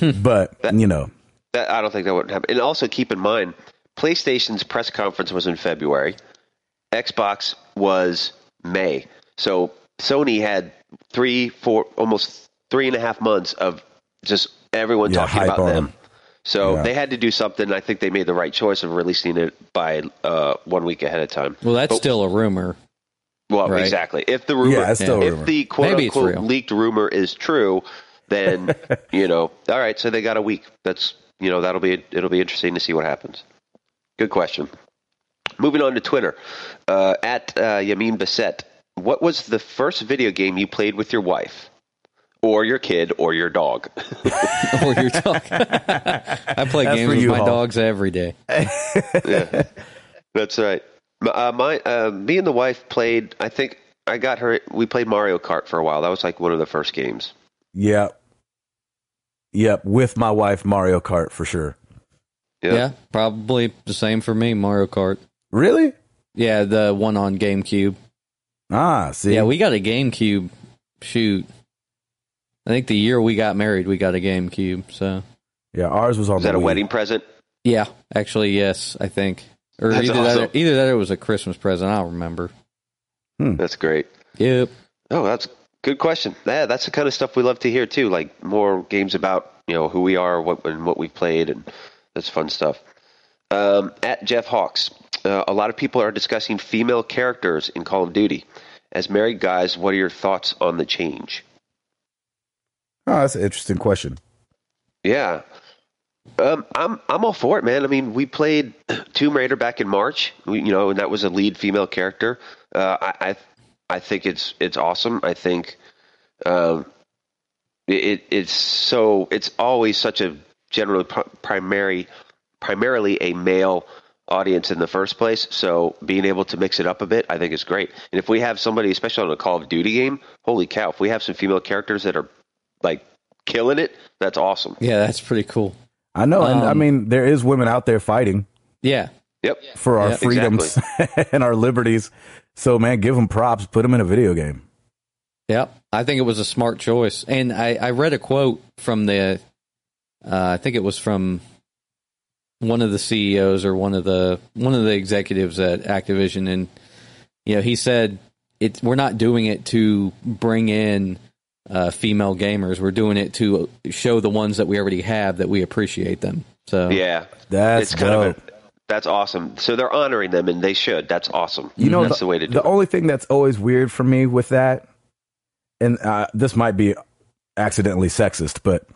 Speaker 2: amazing.
Speaker 1: But you know,
Speaker 2: That, I don't think that would happen. And also keep in mind, PlayStation's press conference was in February. Xbox was May. So Sony had three, four, almost three and a half months of just everyone
Speaker 1: Yeah,
Speaker 2: talking
Speaker 1: hype
Speaker 2: about
Speaker 1: on
Speaker 2: them.
Speaker 1: them.
Speaker 2: So
Speaker 1: Yeah.
Speaker 2: they had to do something. I think they made the right choice of releasing it by uh, one week ahead of time.
Speaker 3: Well,
Speaker 1: Oh.
Speaker 3: that's
Speaker 2: But-
Speaker 3: still a rumor.
Speaker 2: Well,
Speaker 3: right.
Speaker 2: exactly. If the rumor,
Speaker 1: Yeah, it's still a
Speaker 2: if
Speaker 1: rumor.
Speaker 2: the quote
Speaker 3: Maybe it's
Speaker 2: unquote
Speaker 3: real.
Speaker 2: leaked rumor is true, then you know, all right. So they got a week. That's you know, that'll be it'll be interesting to see what happens. Good question. Moving on to Twitter, uh, at uh, Yamin Bassett. What was the first video game you played with your wife, or your kid, or your dog?
Speaker 3: or you're talking. I play
Speaker 1: That's
Speaker 3: games
Speaker 1: for
Speaker 3: with
Speaker 1: you,
Speaker 3: my
Speaker 1: Hall.
Speaker 3: dogs every day.
Speaker 2: That's right. M- Uh, my, uh, me and the wife played. I think I got her. We played Mario Kart for a while. That was like one of the first games.
Speaker 1: yep, yep. With my wife, Mario Kart for sure.
Speaker 3: Yeah, probably the same for me. Mario Kart.
Speaker 1: Really?
Speaker 3: Yeah, the one on GameCube.
Speaker 1: Ah, see,
Speaker 3: Yeah, we got a GameCube. Shoot, I think the year we got married, we got a GameCube. So
Speaker 1: yeah. Ours was on
Speaker 2: Was
Speaker 1: the
Speaker 2: that a
Speaker 1: Wii.
Speaker 2: wedding present?
Speaker 3: yeah, actually, yes, I think. Or
Speaker 2: That's
Speaker 3: either that, or,
Speaker 2: awesome.
Speaker 3: either that, or it was a Christmas present. I don't remember.
Speaker 2: That's great.
Speaker 3: Yep.
Speaker 2: Oh, that's a good question. Yeah, that's the kind of stuff we love to hear too. Like more games about you know who we are, what and what we've played, and that's fun stuff. Um, at Jeff Hawks, uh, a lot of people are discussing female characters in Call of Duty. As married guys, what are your thoughts on the change?
Speaker 1: Oh, that's an interesting question.
Speaker 2: Yeah. Um, I'm I'm all for it, man. I mean, we played Tomb Raider back in March, we, you know, and that was a lead female character. Uh, I, I I think it's it's awesome. I think um, it it's so it's always such a generally pri- primary primarily a male audience in the first place. So being able to mix it up a bit, I think is great. And if we have somebody, especially on a Call of Duty game, holy cow! If we have some female characters that are like killing it, that's awesome.
Speaker 3: Yeah, that's pretty cool.
Speaker 1: I know, and I
Speaker 3: Um,
Speaker 1: mean, there is women out there fighting
Speaker 3: Yeah.
Speaker 2: Yep.
Speaker 1: for our
Speaker 3: Yeah.
Speaker 1: freedoms and our liberties. So, man, give them props. Put them in a video game.
Speaker 3: Yep. I think it was a smart choice. And I, I read a quote from the, uh, I think it was from one of the CEOs or one of the, one of the executives at Activision. And, you know, he said, it, we're not doing it to bring in, uh, female gamers. We're doing it to show the ones that we already have that we appreciate them. So
Speaker 2: Yeah.
Speaker 1: That's
Speaker 2: it's kind
Speaker 1: dope.
Speaker 2: of a, that's awesome. So they're honoring them, and they should. That's awesome.
Speaker 1: you know,
Speaker 2: that's the, way to do
Speaker 1: The
Speaker 2: it.
Speaker 1: only thing that's always weird for me with that, and uh, this might be accidentally sexist, but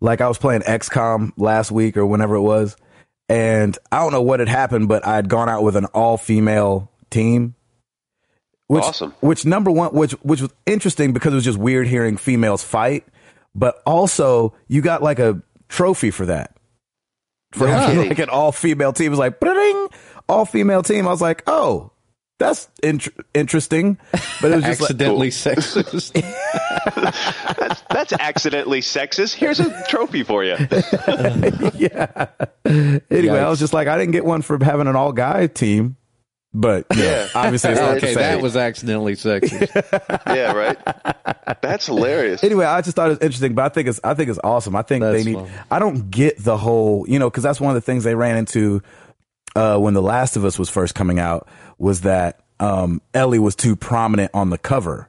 Speaker 1: like I was playing XCOM last week or whenever it was, and I don't know what had happened, but I had gone out with an all-female team. Which,
Speaker 2: Awesome.
Speaker 1: Which number one, which which was interesting because it was just weird hearing females fight, but also you got like a trophy for that. For
Speaker 2: No
Speaker 1: having,
Speaker 2: kidding.
Speaker 1: like an all female team it was like "Ba-ding!" all female team. I was like, oh, that's in- interesting, but it was just like,
Speaker 3: accidentally sexist.
Speaker 2: That's accidentally sexist. Here's a trophy for you.
Speaker 1: yeah. Anyway, I was
Speaker 3: Yikes.
Speaker 1: just like, I didn't get one for having an all guy team, but yeah, obviously it's not the
Speaker 3: okay,
Speaker 1: same.
Speaker 3: that was accidentally sexist.
Speaker 2: Yeah, right. That's hilarious.
Speaker 1: anyway, I just thought it was interesting, but I think it's I think it's awesome. I think
Speaker 3: That's
Speaker 1: they need.
Speaker 3: fun.
Speaker 1: I don't get the whole, you know, because that's one of the things they ran into uh, when The Last of Us was first coming out was that um, Ellie was too prominent on the cover,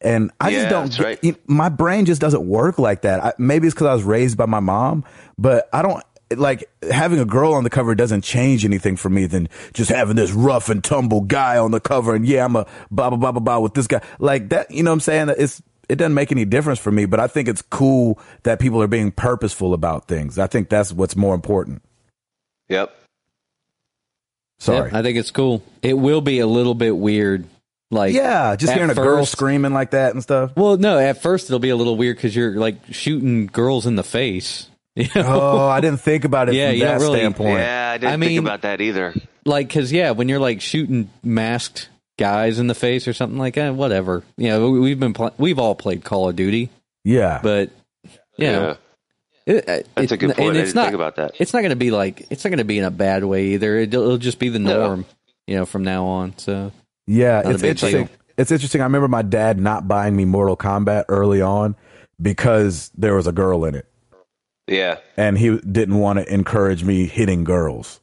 Speaker 1: and I
Speaker 2: Yeah,
Speaker 1: just don't.
Speaker 2: that's
Speaker 1: get-
Speaker 2: right.
Speaker 1: you- my brain just doesn't work like that. I, maybe it's because I was raised by my mom, but I don't. Like having a girl on the cover doesn't change anything for me than just having this rough and tumble guy on the cover. And yeah, I'm a blah blah blah blah blah with this guy. Like that, you know what I'm saying? It's it doesn't make any difference for me, but I think it's cool that people are being purposeful about things. I think that's what's more important.
Speaker 2: Yep.
Speaker 1: Sorry.
Speaker 3: Yep, I think it's cool. It will be a little bit weird. Like
Speaker 1: Yeah, just
Speaker 3: at
Speaker 1: hearing a girl
Speaker 3: first-
Speaker 1: screaming like that and stuff.
Speaker 3: Well, no, at first it'll be a little weird because you're like shooting girls in the face. You know?
Speaker 1: Oh, I didn't think about it
Speaker 3: Yeah,
Speaker 1: from
Speaker 3: you don't
Speaker 1: that
Speaker 3: really-
Speaker 1: standpoint.
Speaker 2: Yeah, I didn't
Speaker 3: I
Speaker 2: think
Speaker 3: mean-
Speaker 2: about that either.
Speaker 3: Like, because yeah, when you're like shooting masked guys in the face or something like that, whatever. You know, we- we've been pl- we've all played Call of Duty,
Speaker 1: Yeah.
Speaker 3: but you know, it- it-
Speaker 2: that's a good
Speaker 3: and
Speaker 2: point. I
Speaker 3: it's
Speaker 2: didn't
Speaker 3: not
Speaker 2: think about that.
Speaker 3: it's not going to be like it's not going to be in a bad way either. It'll, it'll just be the
Speaker 2: No.
Speaker 3: norm, you know, from now on. So
Speaker 1: Yeah,
Speaker 3: Not a
Speaker 1: it's
Speaker 3: big
Speaker 1: interesting.
Speaker 3: deal.
Speaker 1: It's interesting. I remember my dad not buying me Mortal Kombat early on because there was a girl in it,
Speaker 2: Yeah.
Speaker 1: and he didn't want to encourage me hitting girls.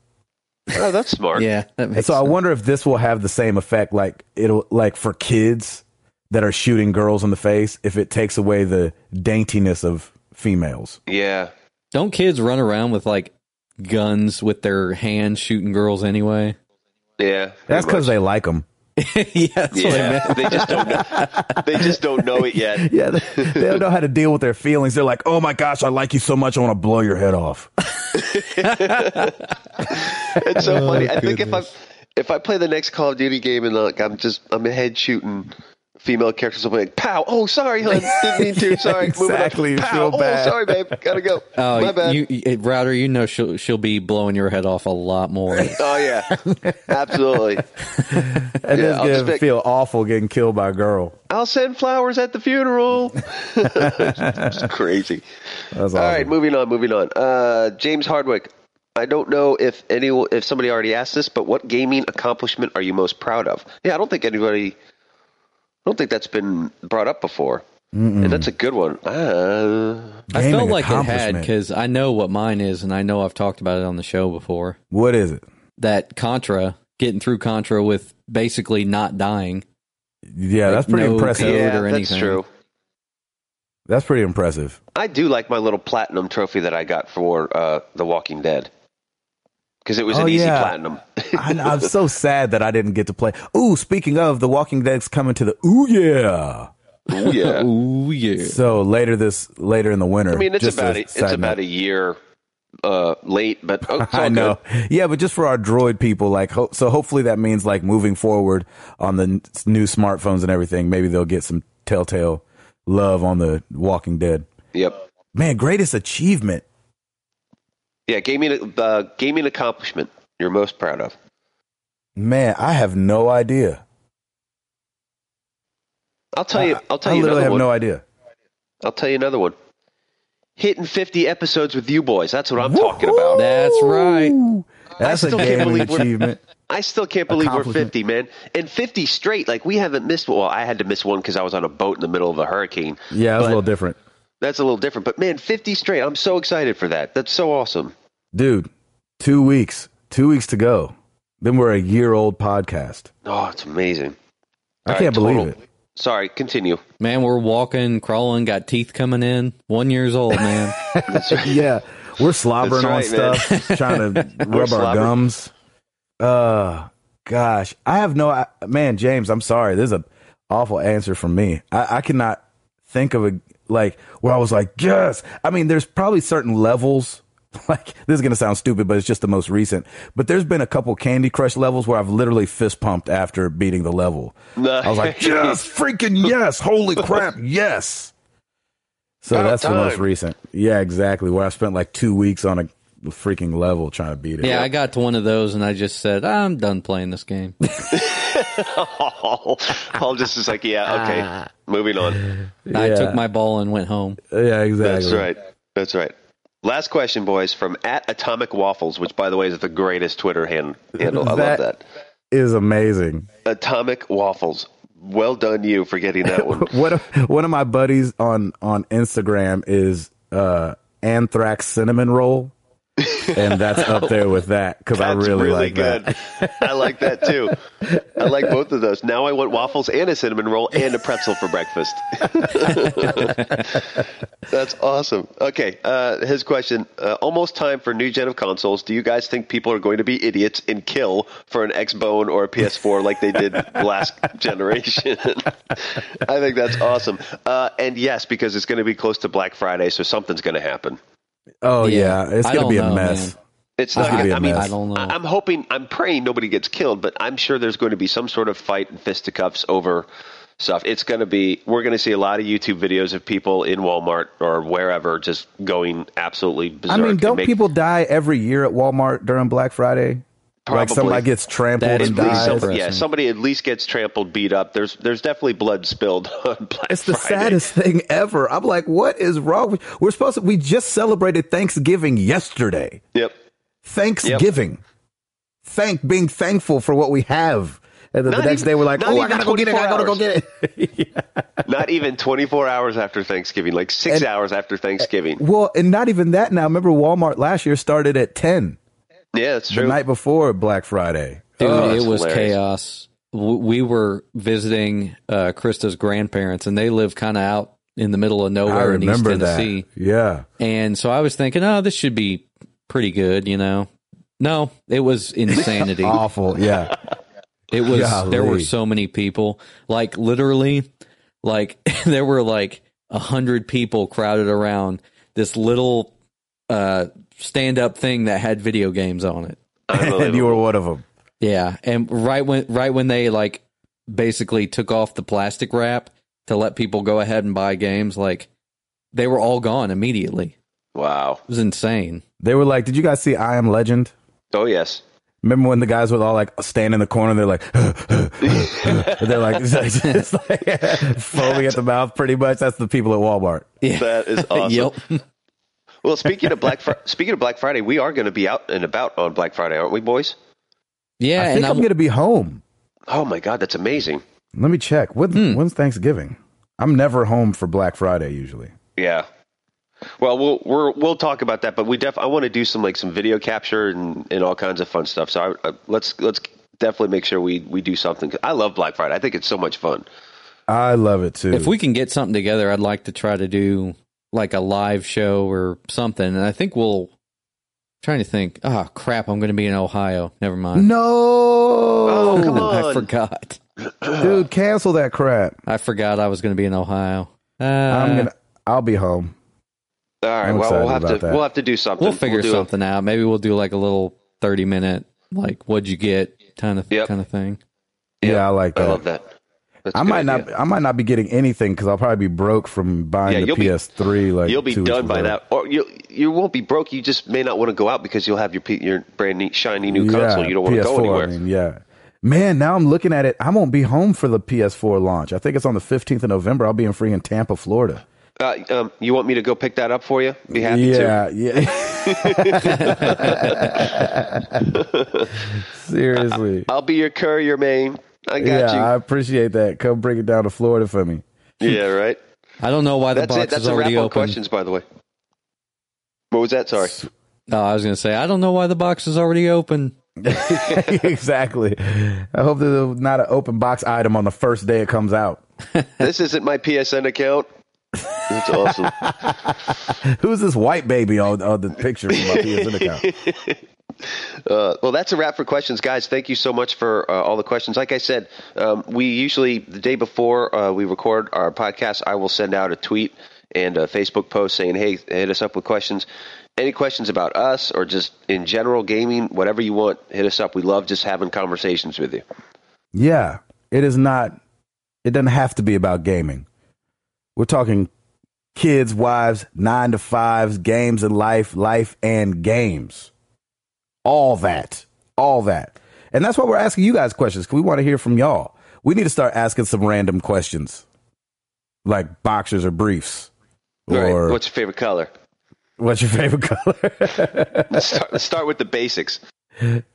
Speaker 2: Oh, that's smart.
Speaker 3: yeah, that
Speaker 1: And
Speaker 3: makes
Speaker 1: so I wonder if this will have the same effect, like it'll like for kids that are shooting girls in the face, if it takes away the daintiness of females.
Speaker 2: Yeah.
Speaker 3: Don't kids run around with like guns with their hands shooting girls anyway?
Speaker 2: Yeah.
Speaker 1: That's
Speaker 2: pretty
Speaker 1: because they like them.
Speaker 3: yeah, that's
Speaker 2: much.
Speaker 3: what I meant.
Speaker 2: yeah. they just don't know. They just don't know it yet.
Speaker 1: Yeah, they, they don't know how to deal with their feelings. They're like, "Oh my gosh, I like you so much, I want to blow your head off."
Speaker 2: It's
Speaker 1: Oh,
Speaker 2: so funny. I think if I if I play the next Call of Duty game and like I'm just I'm head shooting female characters, I'm like, pow! Oh, sorry, hun. Didn't mean to. sorry. Moving on.
Speaker 1: exactly. You
Speaker 2: Pow!
Speaker 1: feel
Speaker 2: oh,
Speaker 1: bad.
Speaker 2: sorry, babe. Gotta go.
Speaker 3: Oh,
Speaker 2: My bad.
Speaker 3: You, you- router, you know she'll she'll be blowing your head off a lot more.
Speaker 2: oh yeah, absolutely.
Speaker 1: And
Speaker 2: Yeah,
Speaker 1: it's
Speaker 2: I'll
Speaker 1: gonna
Speaker 2: just make-
Speaker 1: feel awful getting killed by a girl.
Speaker 2: I'll send flowers at the funeral. it's crazy.
Speaker 1: That's
Speaker 2: All right, moving on, moving on. Uh, James Hardwick. I don't know if any if somebody already asked this, but what gaming accomplishment are you most proud of? Yeah, I don't think anybody. I don't think that's been brought up before, and that's a good one. Uh,
Speaker 3: I
Speaker 1: Gaming
Speaker 3: felt like it had
Speaker 1: accomplishment.
Speaker 3: because I know what mine is, and I know I've talked about it on the show before.
Speaker 1: What is it?
Speaker 3: That Contra, getting through Contra with basically not dying.
Speaker 1: Yeah,
Speaker 3: Like,
Speaker 1: that's pretty
Speaker 3: no
Speaker 1: impressive.
Speaker 3: code.
Speaker 2: yeah,
Speaker 3: or
Speaker 2: that's
Speaker 3: anything.
Speaker 2: true.
Speaker 1: That's pretty impressive.
Speaker 2: I do like my little platinum trophy that I got for uh, The Walking Dead because it was
Speaker 1: Oh,
Speaker 2: an easy
Speaker 1: yeah.
Speaker 2: platinum.
Speaker 1: I, I'm so sad that I didn't get to play. Ooh, speaking of, The Walking Dead's coming to the Ooh yeah.
Speaker 2: Ooh, yeah.
Speaker 3: Ooh yeah,
Speaker 1: So later this later in the winter.
Speaker 2: I mean, it's
Speaker 1: just
Speaker 2: about
Speaker 1: a
Speaker 2: a, it's
Speaker 1: side
Speaker 2: about a
Speaker 1: note.
Speaker 2: year uh, late, but oh, it's all
Speaker 1: I know.
Speaker 2: good.
Speaker 1: Yeah, but just for our droid people, like ho- so. Hopefully that means like moving forward on the n- new smartphones and everything. Maybe they'll get some telltale love on the Walking Dead.
Speaker 2: Yep.
Speaker 1: Man, greatest achievement.
Speaker 2: Yeah, gave me an, uh, gave me an accomplishment you're most proud of.
Speaker 1: Man, I have no idea.
Speaker 2: I'll tell you.
Speaker 1: I-
Speaker 2: I'll tell
Speaker 1: I
Speaker 2: you
Speaker 1: literally
Speaker 2: another
Speaker 1: have
Speaker 2: one.
Speaker 1: no idea.
Speaker 2: I'll tell you another one. Hitting 50 episodes with you boys. That's what I'm talking about.
Speaker 3: That's right.
Speaker 1: Ooh, That's
Speaker 2: I
Speaker 1: a
Speaker 2: still can't
Speaker 1: gaming
Speaker 2: believe we're-
Speaker 1: achievement.
Speaker 2: I still can't believe we're
Speaker 1: Accomplishment.
Speaker 2: 50, man. And 50 straight. Like, we haven't missed Well, I had to miss one because I was on a boat in the middle of a hurricane.
Speaker 1: Yeah, it was a
Speaker 2: But-
Speaker 1: little different.
Speaker 2: That's a little different. But, man, 50 straight. I'm so excited for that. That's so awesome.
Speaker 1: Dude, two weeks. Two weeks to go. Then we're a year old podcast.
Speaker 2: Oh, it's amazing.
Speaker 1: I
Speaker 2: All
Speaker 1: can't
Speaker 2: right,
Speaker 1: believe
Speaker 2: total.
Speaker 1: it.
Speaker 2: Sorry, continue.
Speaker 3: Man, we're walking, crawling, got teeth coming in. One years old, man.
Speaker 2: That's right.
Speaker 1: yeah, we're slobbering
Speaker 2: That's
Speaker 1: on
Speaker 2: right, man.
Speaker 1: stuff, trying to rub
Speaker 2: We're
Speaker 1: our
Speaker 2: slobbering.
Speaker 1: gums. Uh, gosh, I have no I, man, James. I'm sorry. This is a awful answer from me. I, I cannot think of a like where I was like, yes. I mean, there's probably certain levels. Like this is gonna sound stupid, but it's just the most recent. But there's been a couple Candy Crush levels where I've literally fist pumped after beating the level. I was like, yes, freaking yes, holy crap, yes. So
Speaker 2: About
Speaker 1: that's the most
Speaker 2: time.
Speaker 1: recent. Yeah, exactly. Where I spent like two weeks on a freaking level trying to beat it.
Speaker 3: yeah, I got to one of those and I just said, I'm done playing this game.
Speaker 2: Paul just is like, yeah, okay, moving on.
Speaker 3: And I
Speaker 1: Yeah.
Speaker 3: took my ball and went home.
Speaker 1: yeah, exactly.
Speaker 2: That's right. That's right. Last question, boys, from at Atomic Waffles, which, by the way, is the greatest Twitter hand, handle. I love
Speaker 1: That-
Speaker 2: that.
Speaker 1: Is amazing.
Speaker 2: Atomic Waffles. Well done, you, for getting that one.
Speaker 1: What one of my buddies on on Instagram is uh Anthrax cinnamon roll, and that's up there with that because I
Speaker 2: That's
Speaker 1: really, like
Speaker 2: good.
Speaker 1: that.
Speaker 2: I like that too. I like both of those. Now I want waffles and a cinnamon roll and a pretzel for breakfast. That's awesome. Okay, uh, his question: uh, Almost time for new gen of consoles. Do you guys think people are going to be idiots and kill for an Xbone or a PS4 like they did last generation? I think that's awesome. Uh, and yes, because it's going to be close to Black Friday, so something's going to happen.
Speaker 1: Oh yeah,
Speaker 3: Yeah.
Speaker 1: it's
Speaker 3: I
Speaker 1: gonna
Speaker 3: don't
Speaker 1: be a
Speaker 3: know,
Speaker 1: mess.
Speaker 2: It's
Speaker 1: That's
Speaker 2: not.
Speaker 1: gonna be
Speaker 2: Gonna,
Speaker 1: a
Speaker 2: I mean,
Speaker 1: mess.
Speaker 3: I don't know.
Speaker 2: I- I'm hoping, I'm praying nobody gets killed, but I'm sure there's going to be some sort of fight and fisticuffs over stuff. It's going to be. We're going to see a lot of YouTube videos of people in Walmart or wherever just going absolutely
Speaker 1: I
Speaker 2: berserk.
Speaker 1: mean,
Speaker 2: and
Speaker 1: don't
Speaker 2: make-
Speaker 1: people die every year at Walmart during Black Friday? Like
Speaker 2: Probably.
Speaker 1: somebody gets trampled
Speaker 3: That is
Speaker 1: and
Speaker 2: At least
Speaker 1: dies.
Speaker 3: somebody-
Speaker 2: somebody, yeah, somebody at least gets trampled, beat up. There's there's definitely blood spilled on Black
Speaker 1: It's the
Speaker 2: Friday.
Speaker 1: saddest thing ever. I'm like, what is wrong? with We're supposed to. We just celebrated Thanksgiving yesterday.
Speaker 2: Yep.
Speaker 1: Thanksgiving. Thank being thankful for what we have. And then the
Speaker 2: Not
Speaker 1: next
Speaker 2: even-
Speaker 1: day, we're like,
Speaker 2: not
Speaker 1: oh, I
Speaker 2: even
Speaker 1: gotta go get it. I gotta go
Speaker 2: 24
Speaker 1: get it.
Speaker 2: Not even 24 hours after Thanksgiving, like six hours after Thanksgiving.
Speaker 1: well, and not even that. Now, remember, Walmart last year started at ten
Speaker 2: Yeah, that's
Speaker 1: the
Speaker 2: true.
Speaker 1: night before Black Friday.
Speaker 3: Dude,
Speaker 2: Oh, that's
Speaker 3: it was
Speaker 2: hilarious.
Speaker 3: chaos. W- We were visiting uh, Krista's grandparents, and they live kind of out in the middle of
Speaker 1: I
Speaker 3: nowhere in East
Speaker 1: remember
Speaker 3: Tennessee.
Speaker 1: that. Yeah,
Speaker 3: And so I was thinking, oh, this should be pretty good, you know. No, it was insanity.
Speaker 1: awful. Yeah,
Speaker 3: it was there were
Speaker 1: Oh, golly.
Speaker 3: so many people. Like literally, like there were like a hundred people crowded around this little uh stand up thing that had video games on it.
Speaker 1: and you were one of them.
Speaker 3: Yeah. And right when right when they like basically took off the plastic wrap to let people go ahead and buy games, like they were all gone immediately.
Speaker 2: Wow.
Speaker 3: It was insane.
Speaker 1: They were like, "Did you guys see I Am Legend?"
Speaker 2: Oh yes.
Speaker 1: Remember when the guys were all like stand in the corner? They're like, they're like, it's like, it's like foaming at the mouth. Pretty much, that's the people at Walmart.
Speaker 2: That is awesome.
Speaker 3: Yep.
Speaker 2: Well, speaking of Black Fri speaking of Black Friday, we are going to be out and about on Black Friday, aren't we, boys?
Speaker 3: Yeah,
Speaker 1: I
Speaker 3: and
Speaker 1: think I'm,
Speaker 3: I'm,
Speaker 1: gonna be home.
Speaker 2: Oh my God, that's amazing!
Speaker 1: Let me check. When,
Speaker 3: Hmm.
Speaker 1: When's Thanksgiving? I'm never home for Black Friday usually.
Speaker 2: Yeah. Well, we'll we're, we'll talk about that, but we def I want to do some like some video capture and, and all kinds of fun stuff. So I, I, let's let's definitely make sure we we do something. 'Cause I love Black Friday. I think it's so much fun.
Speaker 1: I love it too.
Speaker 3: if we can get something together, I'd like to try to do like a live show or something. And I think we'll trying to think. Oh crap, I'm going to be in Ohio. Never mind.
Speaker 1: no,
Speaker 2: Oh, come
Speaker 3: I
Speaker 2: on!
Speaker 3: forgot.
Speaker 1: dude, cancel that crap.
Speaker 3: I forgot I was going to be in Ohio. Uh,
Speaker 1: I'm gonna. I'll be home.
Speaker 2: all right,
Speaker 1: I'm
Speaker 2: well
Speaker 1: excited
Speaker 2: we'll have to
Speaker 1: about that.
Speaker 2: we'll have to do something.
Speaker 3: we'll figure
Speaker 2: do a-
Speaker 3: something out. Maybe we'll do like a little 30 minute like what'd you get kind of
Speaker 2: Yep.
Speaker 3: kind of thing.
Speaker 1: Yeah, I like
Speaker 2: I
Speaker 1: that.
Speaker 2: love that. That's a
Speaker 1: I
Speaker 2: good
Speaker 1: might not.
Speaker 2: idea.
Speaker 1: I might not be getting anything because I'll probably be broke from buying
Speaker 2: Yeah,
Speaker 1: the
Speaker 2: you'll be-
Speaker 1: PS3. like
Speaker 2: You'll be
Speaker 1: two weeks
Speaker 2: done by
Speaker 1: before.
Speaker 2: that, or you you won't be broke. You just may not want to go out because you'll have your P- your brand new shiny new console. You don't want to go
Speaker 1: PS4,
Speaker 2: anywhere.
Speaker 1: I mean, yeah. Man, now I'm looking at it. I won't be home for the PS4 launch. I think it's on the 15th of November. I'll be in free in Tampa, Florida.
Speaker 2: Uh, um, you want me to go pick that up for you? Be happy to.
Speaker 1: yeah, yeah. Seriously.
Speaker 2: I'll be your courier, man. I
Speaker 1: yeah,
Speaker 2: got
Speaker 1: I appreciate that. Come bring it down to Florida for me.
Speaker 2: you. Yeah, right.
Speaker 3: I don't know why the
Speaker 2: That's
Speaker 3: box
Speaker 2: it. That's
Speaker 3: is
Speaker 2: a wrap
Speaker 3: already
Speaker 2: on
Speaker 3: open.
Speaker 2: questions, by the way. What was that? Sorry.
Speaker 3: No, Oh, I was going to say I don't know why the box is already open.
Speaker 1: exactly. I hope there's not an open box item on the first day it comes out.
Speaker 2: this isn't my PSN account. That's awesome.
Speaker 1: Who's this white baby on, on the picture from my PSN account?
Speaker 2: Uh, well, that's a wrap for questions, guys. Thank you so much for uh, all the questions. Like I said, um, we usually the day before uh, we record our podcast, I will send out a tweet and a Facebook post saying, "Hey, hit us up with questions." Any questions about us or just in general gaming, whatever you want, hit us up. We love just having conversations with you.
Speaker 1: Yeah, it is not. It doesn't have to be about gaming. We're talking kids, wives, nine to fives, games and life, life and games. All that. All that. And that's why we're asking you guys questions 'cause we want to hear from y'all. We need to start asking some random questions like boxers or briefs.
Speaker 2: All right,
Speaker 1: Or
Speaker 2: What's your favorite color?
Speaker 1: what's your favorite color?
Speaker 2: Let's start, let's start with the basics.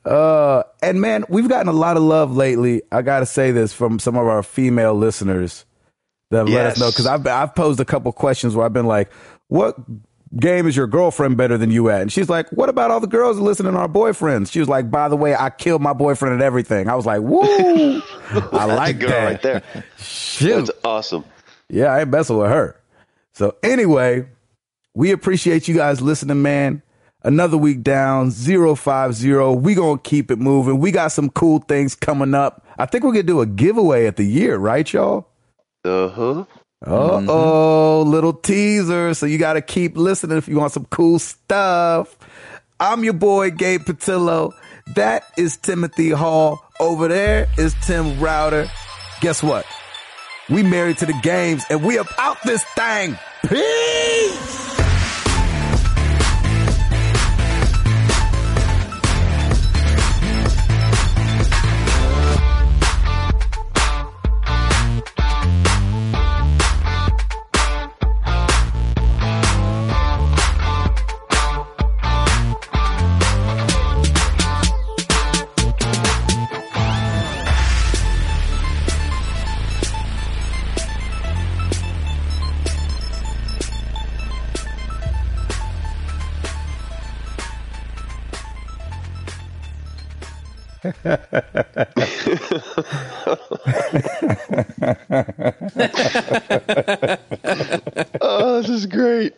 Speaker 1: Uh, and man, we've gotten a lot of love lately. I gotta say this from some of our female listeners that have let us
Speaker 2: Yes.
Speaker 1: know because I've I've posed a couple questions where I've been like, "What game is your girlfriend better than you at?" And she's like, "What about all the girls that listen to our boyfriends?" She was like, "By the way, I killed my boyfriend at everything." I was like, "Woo!" I
Speaker 2: That's a
Speaker 1: like
Speaker 2: girl
Speaker 1: that.
Speaker 2: right there.
Speaker 1: Shoot,
Speaker 2: That's awesome.
Speaker 1: yeah, I ain't messing with her. So anyway, we appreciate you guys listening, man. Another week down, 050. We gonna keep it moving. We got some cool things coming up. I think we're gonna do a giveaway at the year, right, y'all?
Speaker 2: Uh huh.
Speaker 1: Uh oh, little teaser. So you gotta keep listening if you want some cool stuff. I'm your boy Gabe Patillo. That is Timothy Hall. Over there is Tim Router. Guess what? We married to the games and we up out this thing. Peace!
Speaker 2: Oh, this is great.